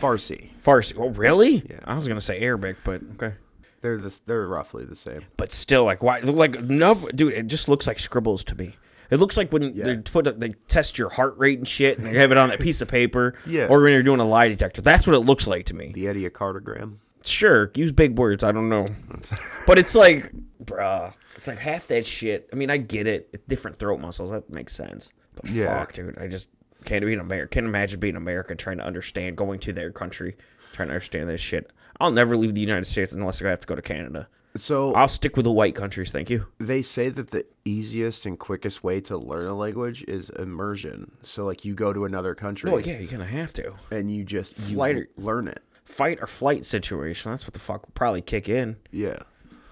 Speaker 4: Farsi.
Speaker 3: Farsi. Oh, really? Yeah. I was gonna say Arabic, but okay.
Speaker 4: They're this, they're roughly the same.
Speaker 3: But still, like why? Like no, dude. It just looks like scribbles to me. It looks like when they put they test your heart rate and shit, and they have it on that piece of paper.
Speaker 4: Yeah.
Speaker 3: Or when you're doing a lie detector. That's what it looks like to me.
Speaker 4: The Ediacardiogram.
Speaker 3: Sure, use big words. I don't know. But it's like, bruh. It's like half that shit. I mean, I get it. It's different throat muscles. That makes sense. But
Speaker 4: Yeah.
Speaker 3: fuck, dude. I just can't be an American. Can't imagine being American trying to understand, going to their country, trying to understand this shit. I'll never leave the United States unless I have to go to Canada.
Speaker 4: So
Speaker 3: I'll stick with the white countries. Thank you.
Speaker 4: they say that the easiest and quickest way to learn a language is immersion. So like you go to another country
Speaker 3: Well, Oh, yeah, you're gonna have to
Speaker 4: and you just you
Speaker 3: Flight or-
Speaker 4: learn it.
Speaker 3: fight or flight situation. That's what the fuck will probably kick in.
Speaker 4: Yeah.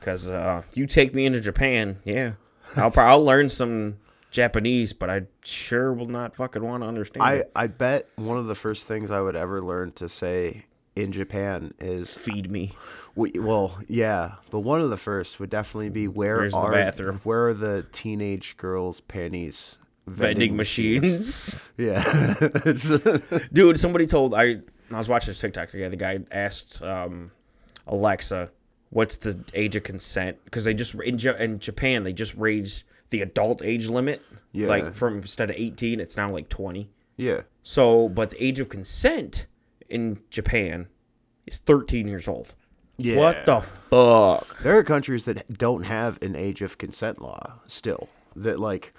Speaker 3: Cause uh, you take me into Japan, yeah, I'll pro- I'll learn some Japanese, but I sure will not fucking want to understand.
Speaker 4: I
Speaker 3: it.
Speaker 4: I bet one of the first things I would ever learn to say in Japan is
Speaker 3: feed me.
Speaker 4: we- well, yeah, but one of the first would definitely be where
Speaker 3: Where's the
Speaker 4: are
Speaker 3: bathroom?
Speaker 4: where are the teenage girls panties
Speaker 3: vending machines.
Speaker 4: Yeah. It's-
Speaker 3: Dude, somebody told I I was watching this TikTok today. The guy asked um, Alexa, "What's the age of consent?" Because they just in, Ja- in Japan they just raised the adult age limit.
Speaker 4: Yeah.
Speaker 3: Like from instead of eighteen, it's now like twenty.
Speaker 4: yeah.
Speaker 3: So, but the age of consent in Japan is thirteen years old.
Speaker 4: Yeah.
Speaker 3: What the fuck?
Speaker 4: there are countries that don't have an age of consent law still that like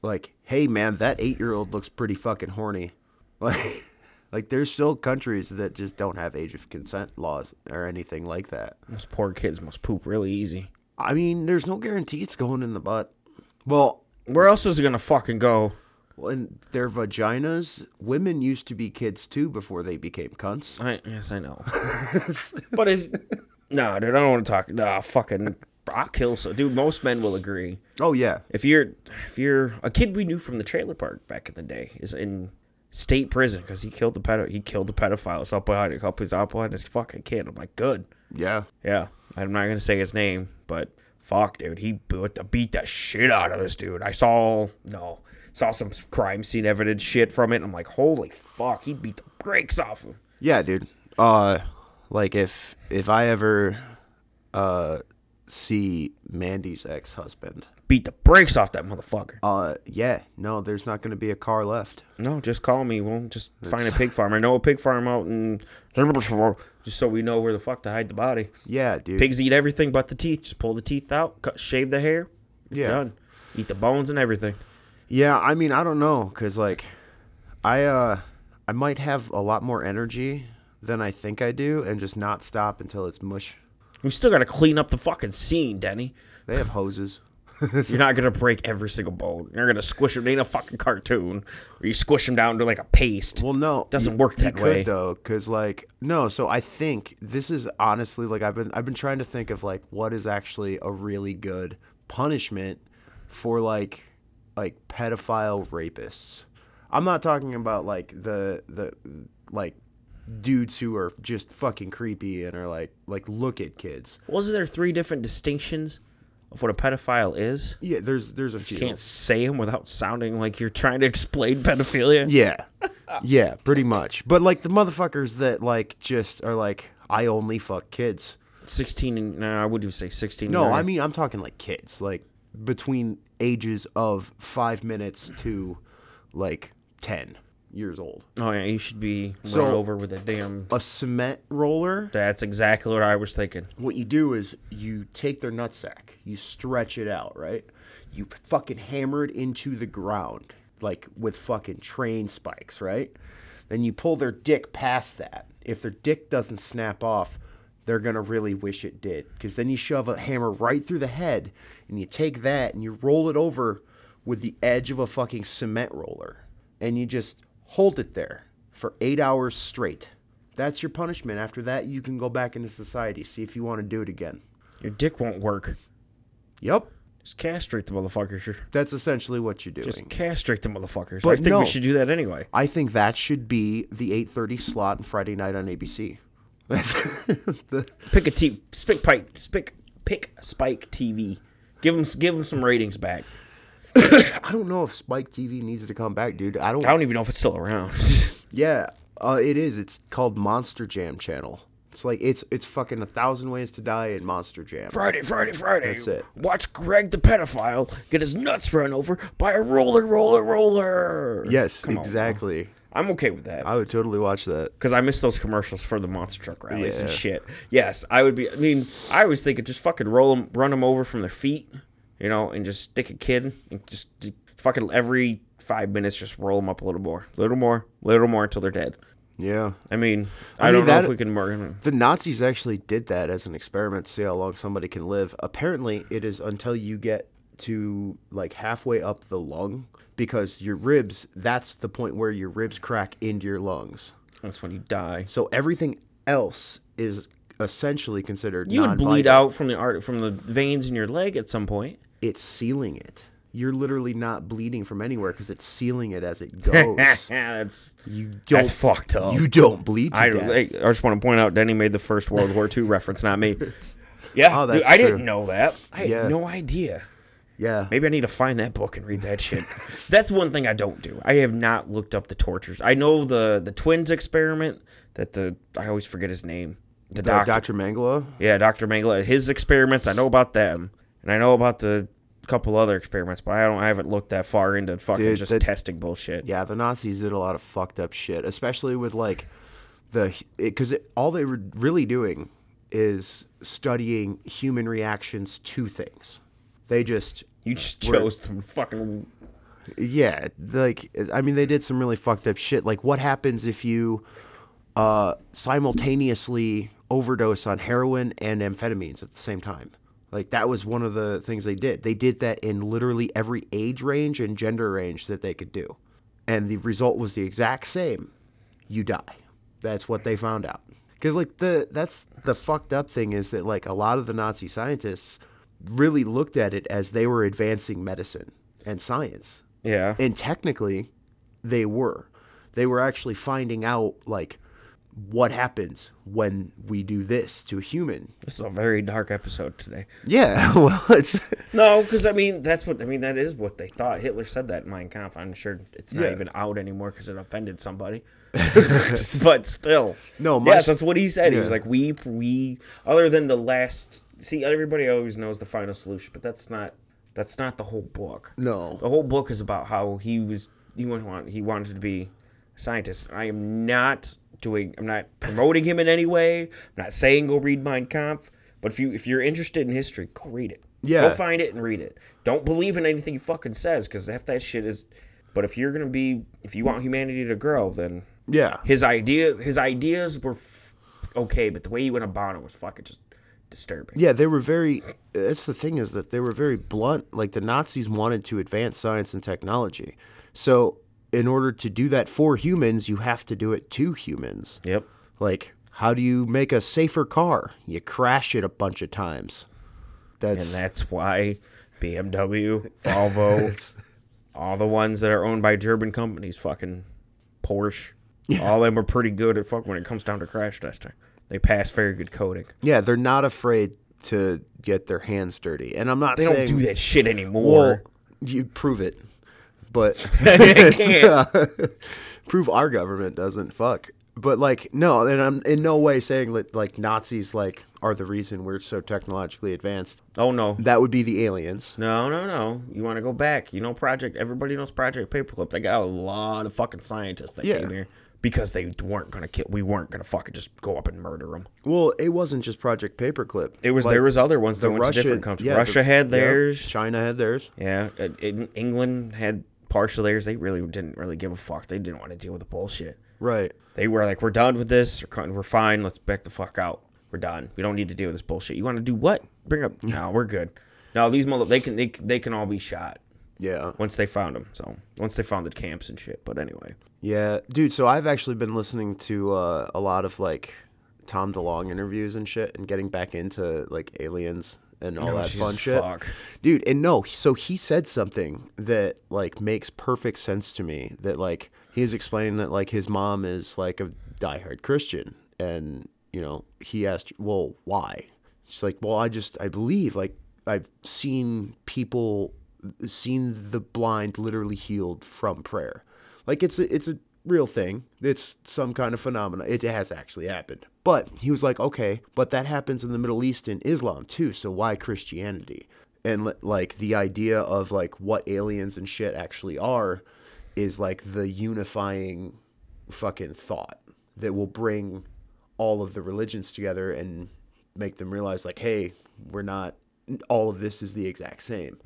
Speaker 4: like hey man that eight year old looks pretty fucking horny like like there's still countries that just don't have age of consent laws or anything like that
Speaker 3: Those poor kids must poop really easy.
Speaker 4: i mean there's no guarantee it's going in the butt well
Speaker 3: Where else is it gonna fucking go?
Speaker 4: in their vaginas women used to be kids too before they became cunts
Speaker 3: I yes, I know. but it's nah, dude. I don't want to talk. Nah, fucking. I'll kill so, dude. Most men will agree.
Speaker 4: oh yeah
Speaker 3: If you're, if you're a kid we knew from the trailer park back in the day is in state prison because he killed the pedo. He killed the pedophiles up behind a couple. He's up behind this fucking kid. I'm like, good.
Speaker 4: yeah
Speaker 3: Yeah, I'm not gonna say his name, but fuck, dude, he beat the, beat the shit out of this dude. I saw no, saw some crime scene evidence shit from it. And I'm like, holy fuck, he beat the brakes off him.
Speaker 4: Yeah, dude. Uh like if if I ever uh see Mandy's ex-husband.
Speaker 3: Beat the brakes off that motherfucker.
Speaker 4: Uh yeah, no, there's not going to be a car left.
Speaker 3: No, just call me. We'll just find a pig farm. I know a pig farm out in just so we know where the fuck to hide the body.
Speaker 4: Yeah, dude.
Speaker 3: Pigs eat everything but the teeth. Just pull the teeth out, cut, shave the hair. You're
Speaker 4: Yeah.
Speaker 3: done. Eat the bones and everything.
Speaker 4: Yeah, I mean, I don't know cuz like I uh I might have a lot more energy than I think I do and just not stop until it's mush.
Speaker 3: We still gotta clean up the fucking scene, Denny.
Speaker 4: They have hoses.
Speaker 3: You're not gonna break every single bone. You're gonna squish them. They ain't a fucking cartoon where you squish them down to like a paste.
Speaker 4: Well, no,
Speaker 3: Doesn't work that
Speaker 4: could,
Speaker 3: way.
Speaker 4: though, because like no. So I think this is honestly like I've been I've been trying to think of like what is actually a really good punishment for like like pedophile rapists. I'm not talking about like the the like dudes who are just fucking creepy and are like like look at kids.
Speaker 3: Wasn't there three different distinctions of what a pedophile is?
Speaker 4: Yeah, there's there's a few.
Speaker 3: You can't say them without sounding like you're trying to explain pedophilia.
Speaker 4: Yeah. Yeah, pretty much. But like the motherfuckers that like just are like I only fuck kids.
Speaker 3: 16 and no, I wouldn't say 16.
Speaker 4: No,
Speaker 3: and
Speaker 4: I mean I'm talking like kids, like between ages of five minutes to like ten years old.
Speaker 3: Oh yeah, you should be run
Speaker 4: So-
Speaker 3: over with a damn.
Speaker 4: A cement roller.
Speaker 3: That's exactly what I was thinking.
Speaker 4: What you do is you take their nutsack, you stretch it out, right? You fucking hammer it into the ground, like with fucking train spikes, right? Then you pull their dick past that. If their dick doesn't snap off, they're gonna really wish it did. Because then you shove a hammer right through the head, and you take that and you roll it over with the edge of a fucking cement roller. And you just hold it there for eight hours straight. That's your punishment. After that, you can go back into society. See if you want to do it again.
Speaker 3: Your dick won't work.
Speaker 4: Yep.
Speaker 3: Just castrate the motherfuckers.
Speaker 4: That's essentially what you're doing.
Speaker 3: Just castrate the motherfuckers. I
Speaker 4: But
Speaker 3: think
Speaker 4: no.
Speaker 3: we should do that anyway.
Speaker 4: I think that should be the 8:30 slot on Friday night on ABC. That's the,
Speaker 3: Pick a T, spick pike, spick, pick Spike TV. Give them, give them some ratings back.
Speaker 4: I don't know if Spike TV needs to come back, dude. I don't.
Speaker 3: I don't even know if it's still around.
Speaker 4: yeah, uh, it is. It's called Monster Jam Channel. It's like it's it's fucking a thousand ways to die in Monster Jam.
Speaker 3: Friday, Friday, Friday.
Speaker 4: That's it.
Speaker 3: Watch Greg the pedophile get his nuts run over by a roller, roller, roller.
Speaker 4: Yes,
Speaker 3: Come on,
Speaker 4: exactly.
Speaker 3: I'm okay with that.
Speaker 4: I would totally watch that.
Speaker 3: because I miss those commercials for the monster truck rallies and
Speaker 4: Yeah.
Speaker 3: shit. Yes, I would be. I mean, I always think of just fucking roll them, run them over from their feet, you know, and just stick a kid and just d- fucking every five minutes just roll them up a little more, little more, little more until they're dead.
Speaker 4: Yeah.
Speaker 3: I mean, I,
Speaker 4: mean,
Speaker 3: don't know
Speaker 4: that-
Speaker 3: if we can murder.
Speaker 4: The Nazis actually did that as an experiment to see how long somebody can live. Apparently, it is until you get to like halfway up the lung because your ribs, that's the point where your ribs crack into your lungs.
Speaker 3: That's when you die.
Speaker 4: So everything else is essentially considered
Speaker 3: You would bleed
Speaker 4: non-vital.
Speaker 3: out from the art from the veins in your leg at some point.
Speaker 4: It's sealing it. You're literally not bleeding from anywhere because it's sealing it as it goes.
Speaker 3: Yeah, that's
Speaker 4: you don't
Speaker 3: That's fucked up.
Speaker 4: You don't bleed to
Speaker 3: I,
Speaker 4: death.
Speaker 3: I just want to point out Denny made the first World War II reference, not me. Yeah,
Speaker 4: Oh,
Speaker 3: dude,
Speaker 4: that's
Speaker 3: I
Speaker 4: true.
Speaker 3: didn't know that. I had
Speaker 4: Yeah.
Speaker 3: no idea.
Speaker 4: yeah.
Speaker 3: Maybe I need to find that book and read that shit. That's one thing I don't do. I have not looked up the tortures. I know the the twins experiment that the I always forget his name. The
Speaker 4: Uh,
Speaker 3: doctor.
Speaker 4: Dr. Mangala?
Speaker 3: Yeah, Dr. Mangla. His experiments, I know about them. And I know about the couple other experiments, but I don't I haven't looked that far into fucking
Speaker 4: Dude,
Speaker 3: just
Speaker 4: that-
Speaker 3: testing bullshit.
Speaker 4: Yeah, the Nazis did a lot of fucked up shit, especially with like the because all they were really doing is studying human reactions to things. They just
Speaker 3: You just chose to fucking
Speaker 4: yeah, like I mean they did some really fucked up shit. Like what happens if you uh simultaneously overdose on heroin and amphetamines at the same time? Like that was one of the things they did. They did that in literally every age range and gender range that they could do. And the result was the exact same. You die. That's what they found out. Cuz like the that's the fucked up thing is that like a lot of the Nazi scientists really looked at it as they were advancing medicine and science.
Speaker 3: Yeah.
Speaker 4: And technically, they were. They were actually finding out like what happens when we do this to a human.
Speaker 3: This is a very dark episode today.
Speaker 4: Yeah, well, it's
Speaker 3: No, because I mean that's what I mean. That is what they thought. Hitler said that in Mein Kampf. I'm sure it's not
Speaker 4: Yeah.
Speaker 3: even out anymore because it offended somebody. but still,
Speaker 4: No, my-
Speaker 3: yes, that's what he said. He was
Speaker 4: Yeah.
Speaker 3: like, "We, we." Other than the last, see, everybody always knows the final solution, but that's not that's not the whole book.
Speaker 4: No.
Speaker 3: the whole book is about how he was he went want he wanted to be a scientist. I am not doing. I'm not promoting him in any way. I'm not saying go read Mein Kampf. But if you if you're interested in history, go read it.
Speaker 4: Yeah.
Speaker 3: Go find it and read it. Don't believe in anything he fucking says because half that shit is. But if you're gonna be, if you want humanity to grow, then
Speaker 4: yeah.
Speaker 3: his ideas, his ideas were f- okay, but the way he went about it was fucking just disturbing.
Speaker 4: Yeah, they were very. That's the thing is that they were very blunt. Like the Nazis wanted to advance science and technology, so in order to do that for humans, you have to do it to humans.
Speaker 3: Yep.
Speaker 4: Like, how do you make a safer car? You crash it a bunch of times.
Speaker 3: And
Speaker 4: That's,
Speaker 3: that's why BMW, Volvo, all the ones that are owned by German companies, fucking Porsche, all them are pretty good at fuck when it comes down to crash testing. They pass very good coding.
Speaker 4: yeah. They're not afraid to get their hands dirty, and I'm not
Speaker 3: They
Speaker 4: saying
Speaker 3: don't do that shit
Speaker 4: Well,
Speaker 3: anymore.
Speaker 4: you prove it, but prove our government doesn't fuck. But like, no, and I'm in no way saying that like Nazis like are the reason we're so technologically advanced.
Speaker 3: oh no.
Speaker 4: That would be the aliens.
Speaker 3: No, no, no. You want to go back. You know Project, everybody knows Project Paperclip. They got a lot of fucking scientists that
Speaker 4: Yeah.
Speaker 3: came here because they weren't going to kill, we weren't going to fucking just go up and murder them.
Speaker 4: Well, it wasn't just Project Paperclip.
Speaker 3: It was,
Speaker 4: Like,
Speaker 3: there was other ones that
Speaker 4: the
Speaker 3: went to
Speaker 4: Russian.
Speaker 3: different countries.
Speaker 4: yeah, the-
Speaker 3: Russia had
Speaker 4: yeah,
Speaker 3: theirs.
Speaker 4: China had theirs.
Speaker 3: Yeah, uh, in England had partial theirs. They really didn't really give a fuck. They didn't want to deal with the bullshit.
Speaker 4: Right.
Speaker 3: They were like, "We're done with this. We're con- We're fine. Let's back the fuck out. We're done. We don't need to deal with this bullshit. You want to do what? Bring up? No, we're good. No, these mother they can they, c- they can all be shot
Speaker 4: Yeah.
Speaker 3: once they found them. So once they found the camps and shit. But anyway,
Speaker 4: Yeah, dude. So I've actually been listening to uh, a lot of like Tom DeLong interviews and shit, and getting back into like aliens and all
Speaker 3: Oh,
Speaker 4: that fun
Speaker 3: Jesus,
Speaker 4: shit,
Speaker 3: fuck.
Speaker 4: dude. And no, so he said something that like makes perfect sense to me. That like he was explaining that like his mom is like a diehard Christian, and you know he asked, well, why? She's like, well, I just I believe like I've seen people seen the blind literally healed from prayer. Like it's a, it's a real thing. It's some kind of phenomena. It has actually happened. But he was like, okay, but that happens in the Middle East and Islam too. So why Christianity? And li- like the idea of like what aliens and shit actually are is like the unifying fucking thought that will bring all of the religions together and make them realize like hey we're not all of this is the exact same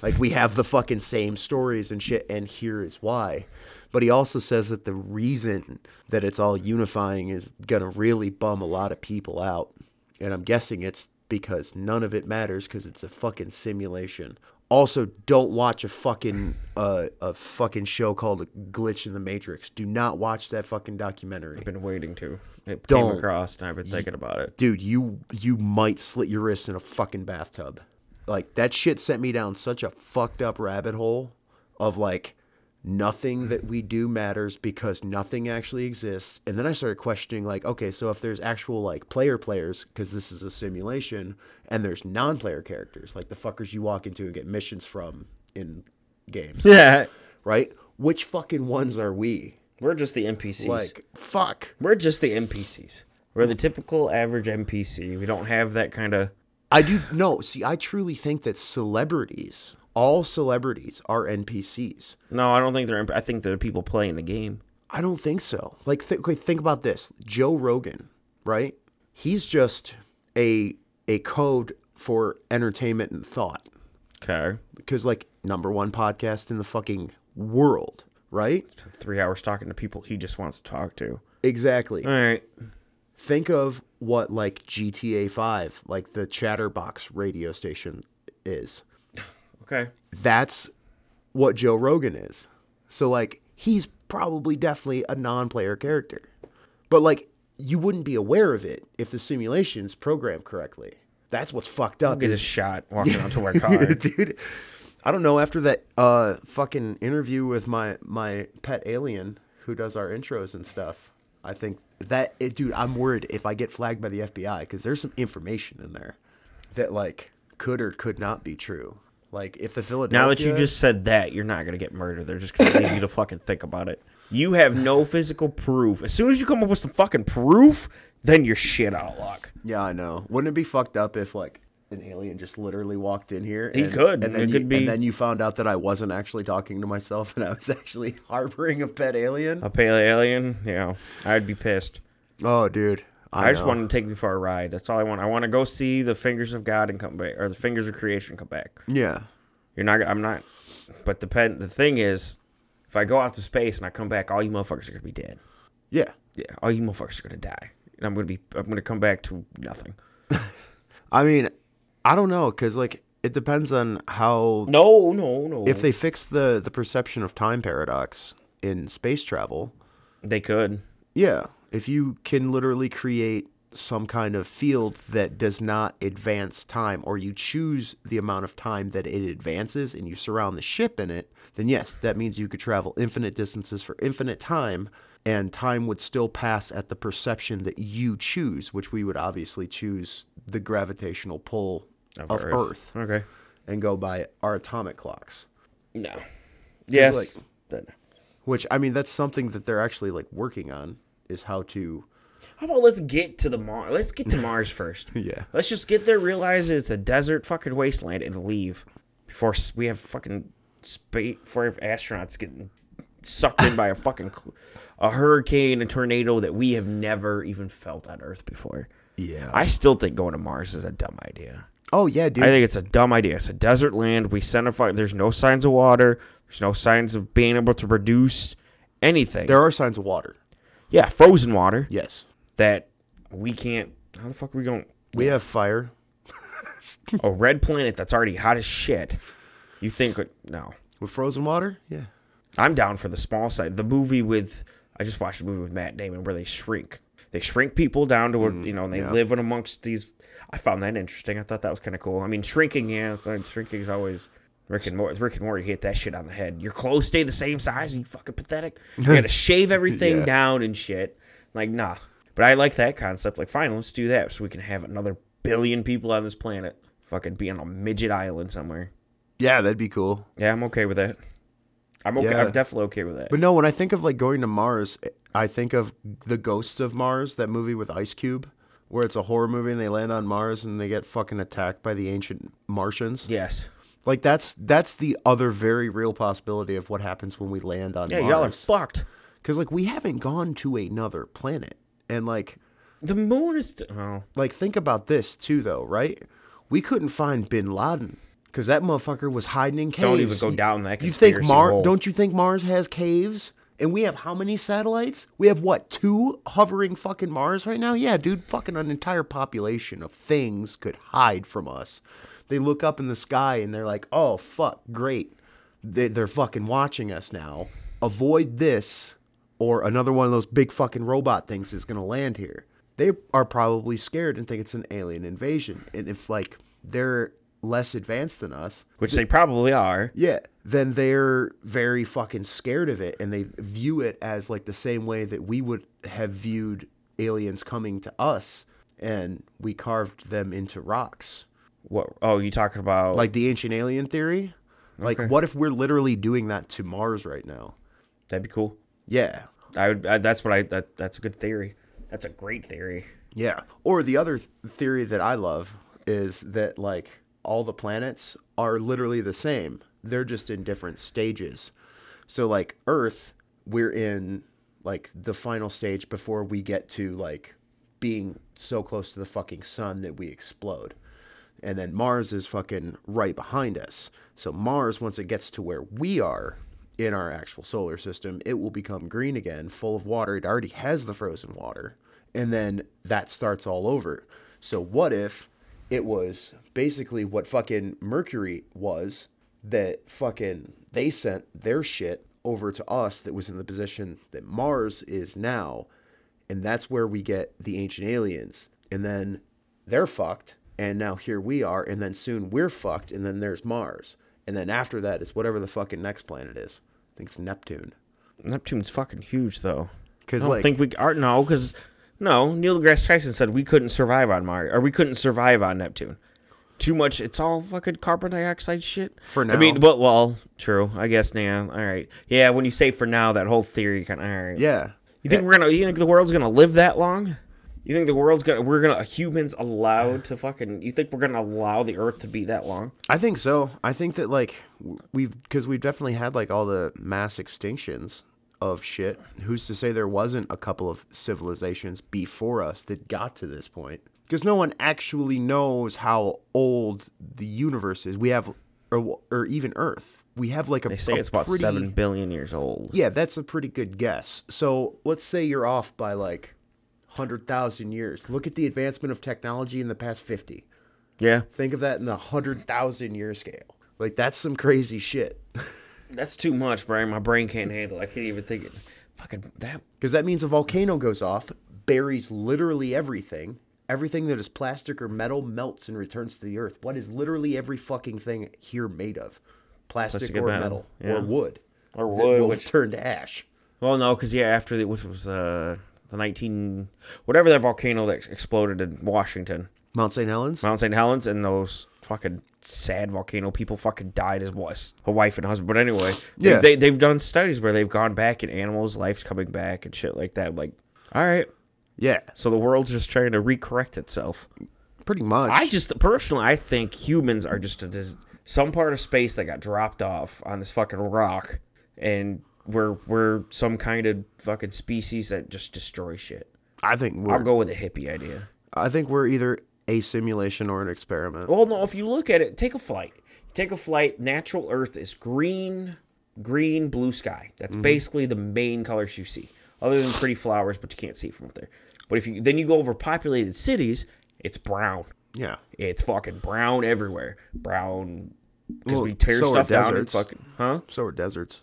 Speaker 4: like we have the fucking same stories and shit and here is why but he also says that the reason that it's all unifying is gonna really bum a lot of people out and i'm guessing it's because none of it matters because it's a fucking simulation also don't watch a fucking uh, a fucking show called a glitch in the matrix do not watch that fucking documentary
Speaker 3: been waiting to it came
Speaker 4: Don't.
Speaker 3: across and I've been thinking about it.
Speaker 4: dude, you you might slit your wrist in a fucking bathtub. Like that shit sent me down such a fucked up rabbit hole of like nothing that we do matters because nothing actually exists. And then I started questioning like, okay, so if there's actual like player players cuz this is a simulation and there's non-player characters, like the fuckers you walk into and get missions from in games,
Speaker 3: Yeah,
Speaker 4: right? Which fucking ones are we?
Speaker 3: we're just the NPCs.
Speaker 4: Like fuck.
Speaker 3: we're just the NPCs. We're the typical average NPC. We don't have that kind of
Speaker 4: I do no. See, I truly think that celebrities, all celebrities, are NPCs.
Speaker 3: No, I don't think they're. imp- I think they're people playing the game.
Speaker 4: I don't think so. Like, th- okay, think about this: Joe Rogan, right? He's just a a code for entertainment and thought.
Speaker 3: Okay.
Speaker 4: Because like number one podcast in the fucking world, right?
Speaker 3: Three hours talking to people he just wants to talk to.
Speaker 4: Exactly.
Speaker 3: All right.
Speaker 4: think of what like GTA Five, like the Chatterbox radio station, is.
Speaker 3: Okay.
Speaker 4: that's what Joe Rogan is. So like he's probably definitely a non-player character. But like you wouldn't be aware of it if the simulation's programmed correctly. That's what's fucked up.
Speaker 3: Get a
Speaker 4: is-
Speaker 3: shot walking out to our car.
Speaker 4: dude. I don't know after that uh fucking interview with my my pet alien who does our intros and stuff. I think that it, dude, I'm worried if I get flagged by the FBI cuz there's some information in there that like could or could not be true. Like if the Philadelphia
Speaker 3: Now that you just said that, you're not gonna get murdered. They're just gonna leave you to fucking think about it. You have no physical proof. As soon as you come up with some fucking proof, then you're shit out of luck.
Speaker 4: Yeah, I know. Wouldn't it be fucked up if like an alien just literally walked in here?
Speaker 3: He
Speaker 4: and,
Speaker 3: could.
Speaker 4: and then
Speaker 3: It
Speaker 4: you,
Speaker 3: could be-
Speaker 4: And then you found out that I wasn't actually talking to myself, and I was actually harboring a pet alien.
Speaker 3: A pale alien, you know, I'd be pissed.
Speaker 4: Oh, dude. I,
Speaker 3: I just
Speaker 4: know.
Speaker 3: want to take me for a ride. That's all I want. I want to go see the fingers of God and come back, or the fingers of creation come back.
Speaker 4: Yeah.
Speaker 3: You're not. I'm not. But the pen, the thing is, if I go out to space and I come back, all you motherfuckers are gonna be dead.
Speaker 4: Yeah.
Speaker 3: Yeah, all you motherfuckers are gonna die, and I'm gonna be. I'm gonna come back to nothing.
Speaker 4: I mean, I don't know because like it depends on how
Speaker 3: No, no, no.
Speaker 4: if they fix the the perception of time paradox in space travel.
Speaker 3: they could.
Speaker 4: Yeah, if you can literally create some kind of field that does not advance time or you choose the amount of time that it advances and you surround the ship in it, then yes, that means you could travel infinite distances for infinite time and time would still pass at the perception that you choose, which we would obviously choose the gravitational pull of, Earth.
Speaker 3: Okay.
Speaker 4: and go by our atomic clocks.
Speaker 3: No. Yes.
Speaker 4: like-
Speaker 3: but-
Speaker 4: Which I mean that's something that they're actually like working on is how to
Speaker 3: How about let's get to the Mars? Let's get to Mars first.
Speaker 4: Yeah.
Speaker 3: Let's just get there, realize it's a desert fucking wasteland, and leave before s- we have fucking space before astronauts getting sucked in by a fucking cl- a hurricane, a tornado that we have never even felt on Earth before.
Speaker 4: Yeah.
Speaker 3: I still think going to Mars is a dumb idea.
Speaker 4: Oh yeah, dude.
Speaker 3: I think it's a dumb idea. It's a desert land. We send a fuck. There's no signs of water. There's no signs of being able to produce anything.
Speaker 4: There are signs of water.
Speaker 3: yeah, frozen water
Speaker 4: Yes.
Speaker 3: that we can't. How the fuck are we going?
Speaker 4: We have fire.
Speaker 3: a red planet that's already hot as shit. You think no?
Speaker 4: With frozen water? Yeah.
Speaker 3: I'm down for the small side. The movie with I just watched a movie with Matt Damon where they shrink. They shrink people down to where
Speaker 4: Mm,
Speaker 3: you know, and they live in amongst these. I found that interesting. I thought that was kind of cool. I mean, shrinking, yeah, it's like- shrinking is always Rick and Morty. Rick and Morty hit that shit on the head. Your clothes stay the same size, and you fucking pathetic. You gotta shave everything
Speaker 4: Yeah.
Speaker 3: down and shit. Like nah, but I like that concept. Like, fine, let's do that so we can have another billion people on this planet. Fucking be on a midget island somewhere.
Speaker 4: Yeah, that'd be cool.
Speaker 3: Yeah, I'm okay with that. I'm okay. I'm
Speaker 4: Yeah.
Speaker 3: definitely okay with that.
Speaker 4: But no, when I think of like going to Mars, I think of The Ghosts of Mars, that movie with Ice Cube, where it's a horror movie and they land on Mars and they get fucking attacked by the ancient Martians.
Speaker 3: yes.
Speaker 4: Like that's that's the other very real possibility of what happens when we land on
Speaker 3: Yeah, y'all are
Speaker 4: Mars.
Speaker 3: fucked.
Speaker 4: Cuz like we haven't gone to another planet. And like
Speaker 3: The moon is. Oh,
Speaker 4: like think about this too though, right? We couldn't find Bin Laden because that motherfucker was hiding in caves.
Speaker 3: Don't even go down that
Speaker 4: You think
Speaker 3: conspiracy
Speaker 4: Mars?
Speaker 3: hole.
Speaker 4: Don't you think Mars has caves? And we have how many satellites? We have what two hovering fucking Mars right now? Yeah, dude, fucking an entire population of things could hide from us. They look up in the sky and they're like, "Oh fuck, great, they, they're fucking watching us now. Avoid this, or another one of those big fucking robot things is gonna land here." They are probably scared and think it's an alien invasion. And if like they're less advanced than us,
Speaker 3: which they probably are.
Speaker 4: yeah, then they're very fucking scared of it and they view it as like the same way that we would have viewed aliens coming to us and we carved them into rocks.
Speaker 3: What? Oh, you talking about?
Speaker 4: Like the ancient alien theory? Like what if we're literally doing that to Mars right now?
Speaker 3: that'd be cool.
Speaker 4: Yeah.
Speaker 3: I would. I, that's what I. That, that's a good theory. That's a great theory.
Speaker 4: Yeah. Or the other th- theory that I love is that like all the planets are literally the same. They're just in different stages. So like Earth, we're in like the final stage before we get to like being so close to the fucking sun that we explode. And then Mars is fucking right behind us. So Mars once it gets to where we are in our actual solar system, it will become green again, full of water. It already has the frozen water. And then that starts all over. So what if it was basically what fucking Mercury was that fucking they sent their shit over to us that was in the position that Mars is now. And that's where we get the ancient aliens. And then they're fucked. And now here we are. And then soon we're fucked. And then there's Mars. And then after that, it's whatever the fucking next planet is. I think it's Neptune.
Speaker 3: Neptune's fucking huge, though.
Speaker 4: 'Cause,
Speaker 3: I don't
Speaker 4: like-
Speaker 3: think we are. No, because no. Neil deGrasse Tyson said we couldn't survive on Mars, or we couldn't survive on Neptune. Too much. It's all fucking carbon dioxide shit.
Speaker 4: For
Speaker 3: I mean,
Speaker 4: now.
Speaker 3: but well, true. I guess now. All right. Yeah. When you say for now, that whole theory kind of. All right.
Speaker 4: Yeah.
Speaker 3: You think we're gonna? You think the world's gonna live that long? You think the world's gonna? We're gonna humans allowed to fucking? You think we're gonna allow the Earth to be that long?
Speaker 4: I think so. I think that like w- we've because we've definitely had like all the mass extinctions of shit. Who's to say there wasn't a couple of civilizations before us that got to this point? Because no one actually knows how old the universe is. We have, or, or even Earth. We have like a.
Speaker 3: They say
Speaker 4: a
Speaker 3: it's about
Speaker 4: pretty-
Speaker 3: seven billion years old.
Speaker 4: Yeah, that's a pretty good guess. So let's say you're off by like hundred thousand years. Look at the advancement of technology in the past fifty.
Speaker 3: Yeah.
Speaker 4: Think of that in the hundred thousand year scale. Like that's some crazy shit.
Speaker 3: That's too much, Brian. My brain can't handle. it. I can't even think it. Fucking that.
Speaker 4: Because that means a volcano goes off, buries literally everything. Everything that is plastic or metal melts and returns to the earth. What is literally every fucking thing here made of? Plastic,
Speaker 3: Plastic and
Speaker 4: or metal,
Speaker 3: metal, yeah.
Speaker 4: or wood.
Speaker 3: Or
Speaker 4: that
Speaker 3: wood,
Speaker 4: will
Speaker 3: which-
Speaker 4: turn to ash.
Speaker 3: Well, no, because yeah, after the which was uh the nineteen whatever that volcano that exploded in Washington,
Speaker 4: Mount St. Helens?
Speaker 3: Mount St. Helens, and those fucking sad volcano people fucking died as was a wife and husband. But anyway, they-
Speaker 4: Yeah.
Speaker 3: they, they've done studies where they've gone back and animals' lives coming back and shit like that. Like, all right,
Speaker 4: yeah,
Speaker 3: so the world's just trying to recorrect itself.
Speaker 4: pretty much.
Speaker 3: I just personally, I think humans are just a dis- some part of space that got dropped off on this fucking rock, and we're we're some kind of fucking species that just destroys shit.
Speaker 4: I think we're
Speaker 3: I'll go with the hippie idea.
Speaker 4: I think we're either a simulation or an experiment.
Speaker 3: Well, no, if you look at it, take a flight. Take a flight. Natural Earth is green, green, blue sky. That's
Speaker 4: Mm-hmm.
Speaker 3: basically the main colors you see, other than pretty flowers, but you can't see from up there. But if you then you go over populated cities, it's brown.
Speaker 4: yeah.
Speaker 3: It's fucking brown everywhere. Brown because
Speaker 4: Well,
Speaker 3: we tear
Speaker 4: so are
Speaker 3: stuff down and
Speaker 4: deserts.
Speaker 3: fucking huh?
Speaker 4: So are deserts.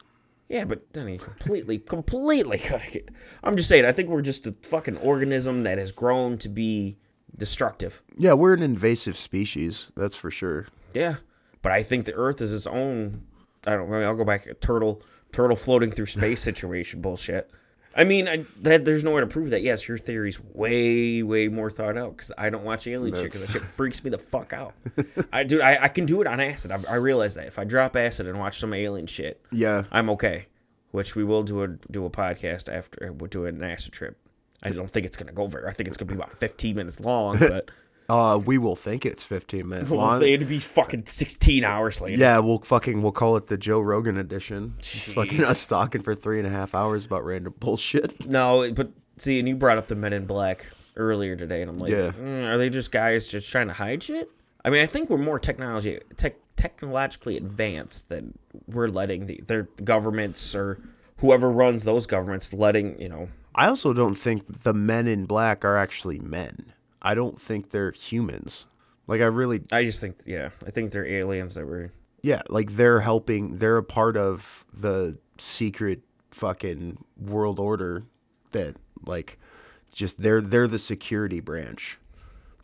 Speaker 3: Yeah, but then you completely, completely gotta get. I'm just saying. I think we're just a fucking organism that has grown to be destructive.
Speaker 4: Yeah, we're an invasive species, that's for sure.
Speaker 3: Yeah, but I think the Earth is its own. I don't. I mean, I'll go back. Turtle, turtle floating through space situation bullshit. I mean, I, that there's no way to prove that. Yes, your theory's way, way more thought out because I don't watch Alien shit 'cause that shit freaks me the fuck out. I dude, I, I can do it on acid. I, I realize that if I drop acid and watch some Alien shit,
Speaker 4: Yeah.
Speaker 3: I'm okay. Which we will do a do a podcast after. We'll do an acid trip. I don't think it's gonna go very. I think it's gonna be about 15 minutes long, but
Speaker 4: Uh we will think it's 15 minutes long.
Speaker 3: it'd be fucking 16 hours later.
Speaker 4: Yeah, we'll fucking we'll call it the Joe Rogan edition. It's fucking us talking for three and a half hours about random bullshit.
Speaker 3: No, but see, and you brought up the Men in Black earlier today, and I'm like,
Speaker 4: Yeah.
Speaker 3: "Mm, are they just guys just trying to hide shit? I mean, I think we're more technology tech, technologically advanced than we're letting the their governments or whoever runs those governments letting you know.
Speaker 4: I also don't think the men in black are actually men. I don't think they're humans. Like I really
Speaker 3: I just think, yeah, I think they're aliens that were.
Speaker 4: Yeah, like they're helping. They're a part of the secret fucking world order that like just they're they're the security branch.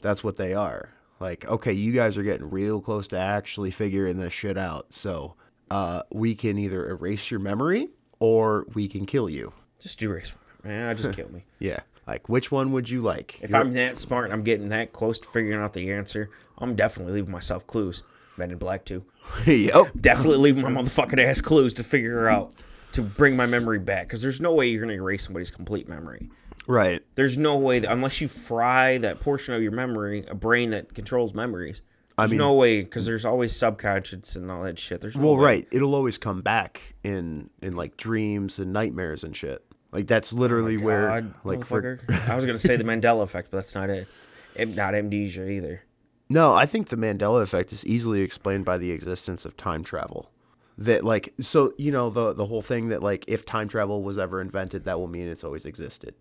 Speaker 4: That's what they are. Like, okay, you guys are getting real close to actually figuring this shit out. So, uh, we can either erase your memory or we can kill you.
Speaker 3: Just do race, man. I just killed me.
Speaker 4: Yeah. Like, which one would you like?
Speaker 3: If I'm that smart, and I'm getting that close to figuring out the answer. I'm definitely leaving myself clues. Men in Black too.
Speaker 4: yep.
Speaker 3: definitely leaving my motherfucking ass clues to figure out to bring my memory back because there's no way you're gonna erase somebody's complete memory
Speaker 4: Right.
Speaker 3: there's no way that unless you fry that portion of your memory a brain that controls memories there's no way because there's always subconscious and all that shit there's no
Speaker 4: Well,
Speaker 3: way.
Speaker 4: right. It'll always come back in in like dreams and nightmares and shit. Like that's literally where
Speaker 3: God,
Speaker 4: like for,
Speaker 3: motherfucker. i was gonna say the mandela effect but that's not it Am- not amnesia either
Speaker 4: no, I think the Mandela effect is easily explained by the existence of time travel. That like so you know the the whole thing that like if time travel was ever invented, that will mean it's always existed.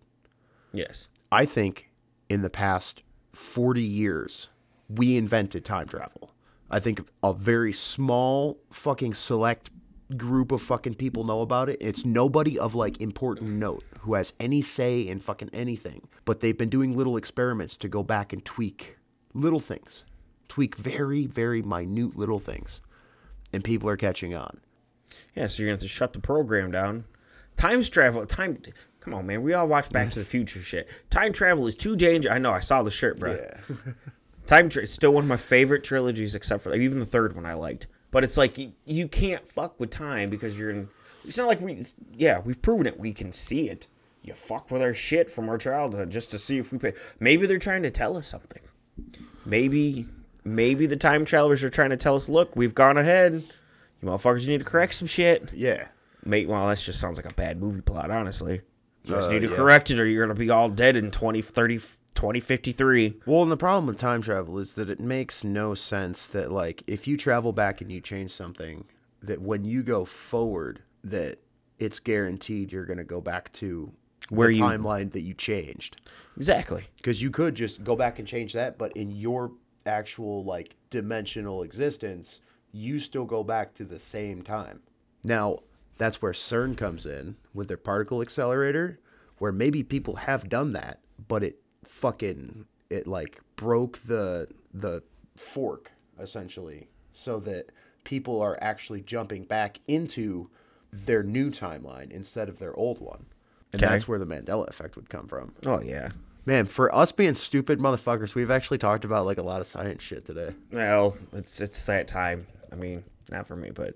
Speaker 3: yes
Speaker 4: I think in the past 40 years, we invented time travel. I think a very small fucking select group of fucking people know about it. It's nobody of like important note who has any say in fucking anything, but they've been doing little experiments to go back and tweak little things, tweak very, very minute little things. And people are catching on.
Speaker 3: yeah so you're gonna have to shut the program down time travel time come on man we all watch back to the future shit time travel is too dangerous i know i saw the shirt bro Time Tra- it's still one of my favorite trilogies, except for like, even the third one I liked. But it's like you, you can't fuck with time because you're in. It's not like we. It's, yeah, we've proven it. We can see it. You fuck with our shit from our childhood just to see if we pay. Maybe they're trying to tell us something. Maybe, maybe the time travelers are trying to tell us, look, we've gone ahead. You motherfuckers, you need to correct some shit.
Speaker 4: Yeah.
Speaker 3: Mate, well, that just sounds like a bad movie plot, honestly. You just
Speaker 4: Uh,
Speaker 3: need to
Speaker 4: yeah.
Speaker 3: correct it, or you're gonna be all dead in 20, 30, 2053.
Speaker 4: Well, and the problem with time travel is that it makes no sense that like if you travel back and you change something, that when you go forward, that it's guaranteed you're going to go back to
Speaker 3: Where
Speaker 4: the
Speaker 3: you-
Speaker 4: timeline that you changed.
Speaker 3: Exactly.
Speaker 4: Because you could just go back and change that, but in your actual like dimensional existence, you still go back to the same time. Now, that's where CERN comes in with their particle accelerator, where maybe people have done that, but it fucking it like broke the the fork essentially so that people are actually jumping back into their new timeline instead of their old one. And
Speaker 3: Okay.
Speaker 4: that's where the Mandela effect would come from.
Speaker 3: Oh yeah.
Speaker 4: Man, for us being stupid motherfuckers, we've actually talked about like a lot of science shit today.
Speaker 3: Well, it's it's that time. I mean, not for me, but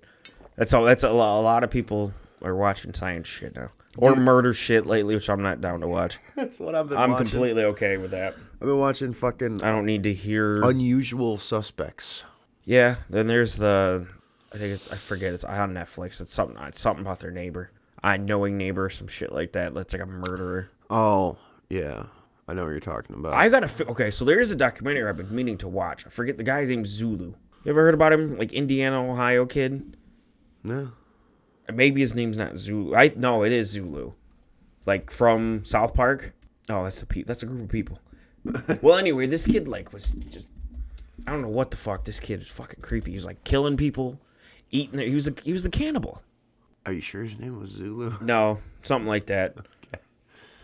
Speaker 3: that's all. That's a, lo- a lot of people are watching science shit now, or murder shit lately, which I'm not down to watch.
Speaker 4: That's what I've been
Speaker 3: I'm
Speaker 4: watching.
Speaker 3: completely okay with that.
Speaker 4: I've been watching fucking
Speaker 3: I don't need to hear.
Speaker 4: unusual suspects.
Speaker 3: yeah. Then there's the. I think it's. I forget. It's on Netflix. It's something. It's something about their neighbor. I knowing neighbor, some shit like that. That's like a murderer.
Speaker 4: Oh, yeah. I know what you're talking about.
Speaker 3: I gotta. Fi- okay, so there is a documentary I've been meaning to watch. I forget the guy's name. Zulu. You ever heard about him? Like Indiana, Ohio kid.
Speaker 4: no.
Speaker 3: Maybe his name's not Zulu. I no, it is Zulu. Like from South Park. Oh, that's a pe- that's a group of people. well, anyway, this kid like was just. I don't know what the fuck. This kid is fucking creepy. He was like killing people, eating. Their, he was a, he was the cannibal.
Speaker 4: Are you sure his name was Zulu?
Speaker 3: No, something like that.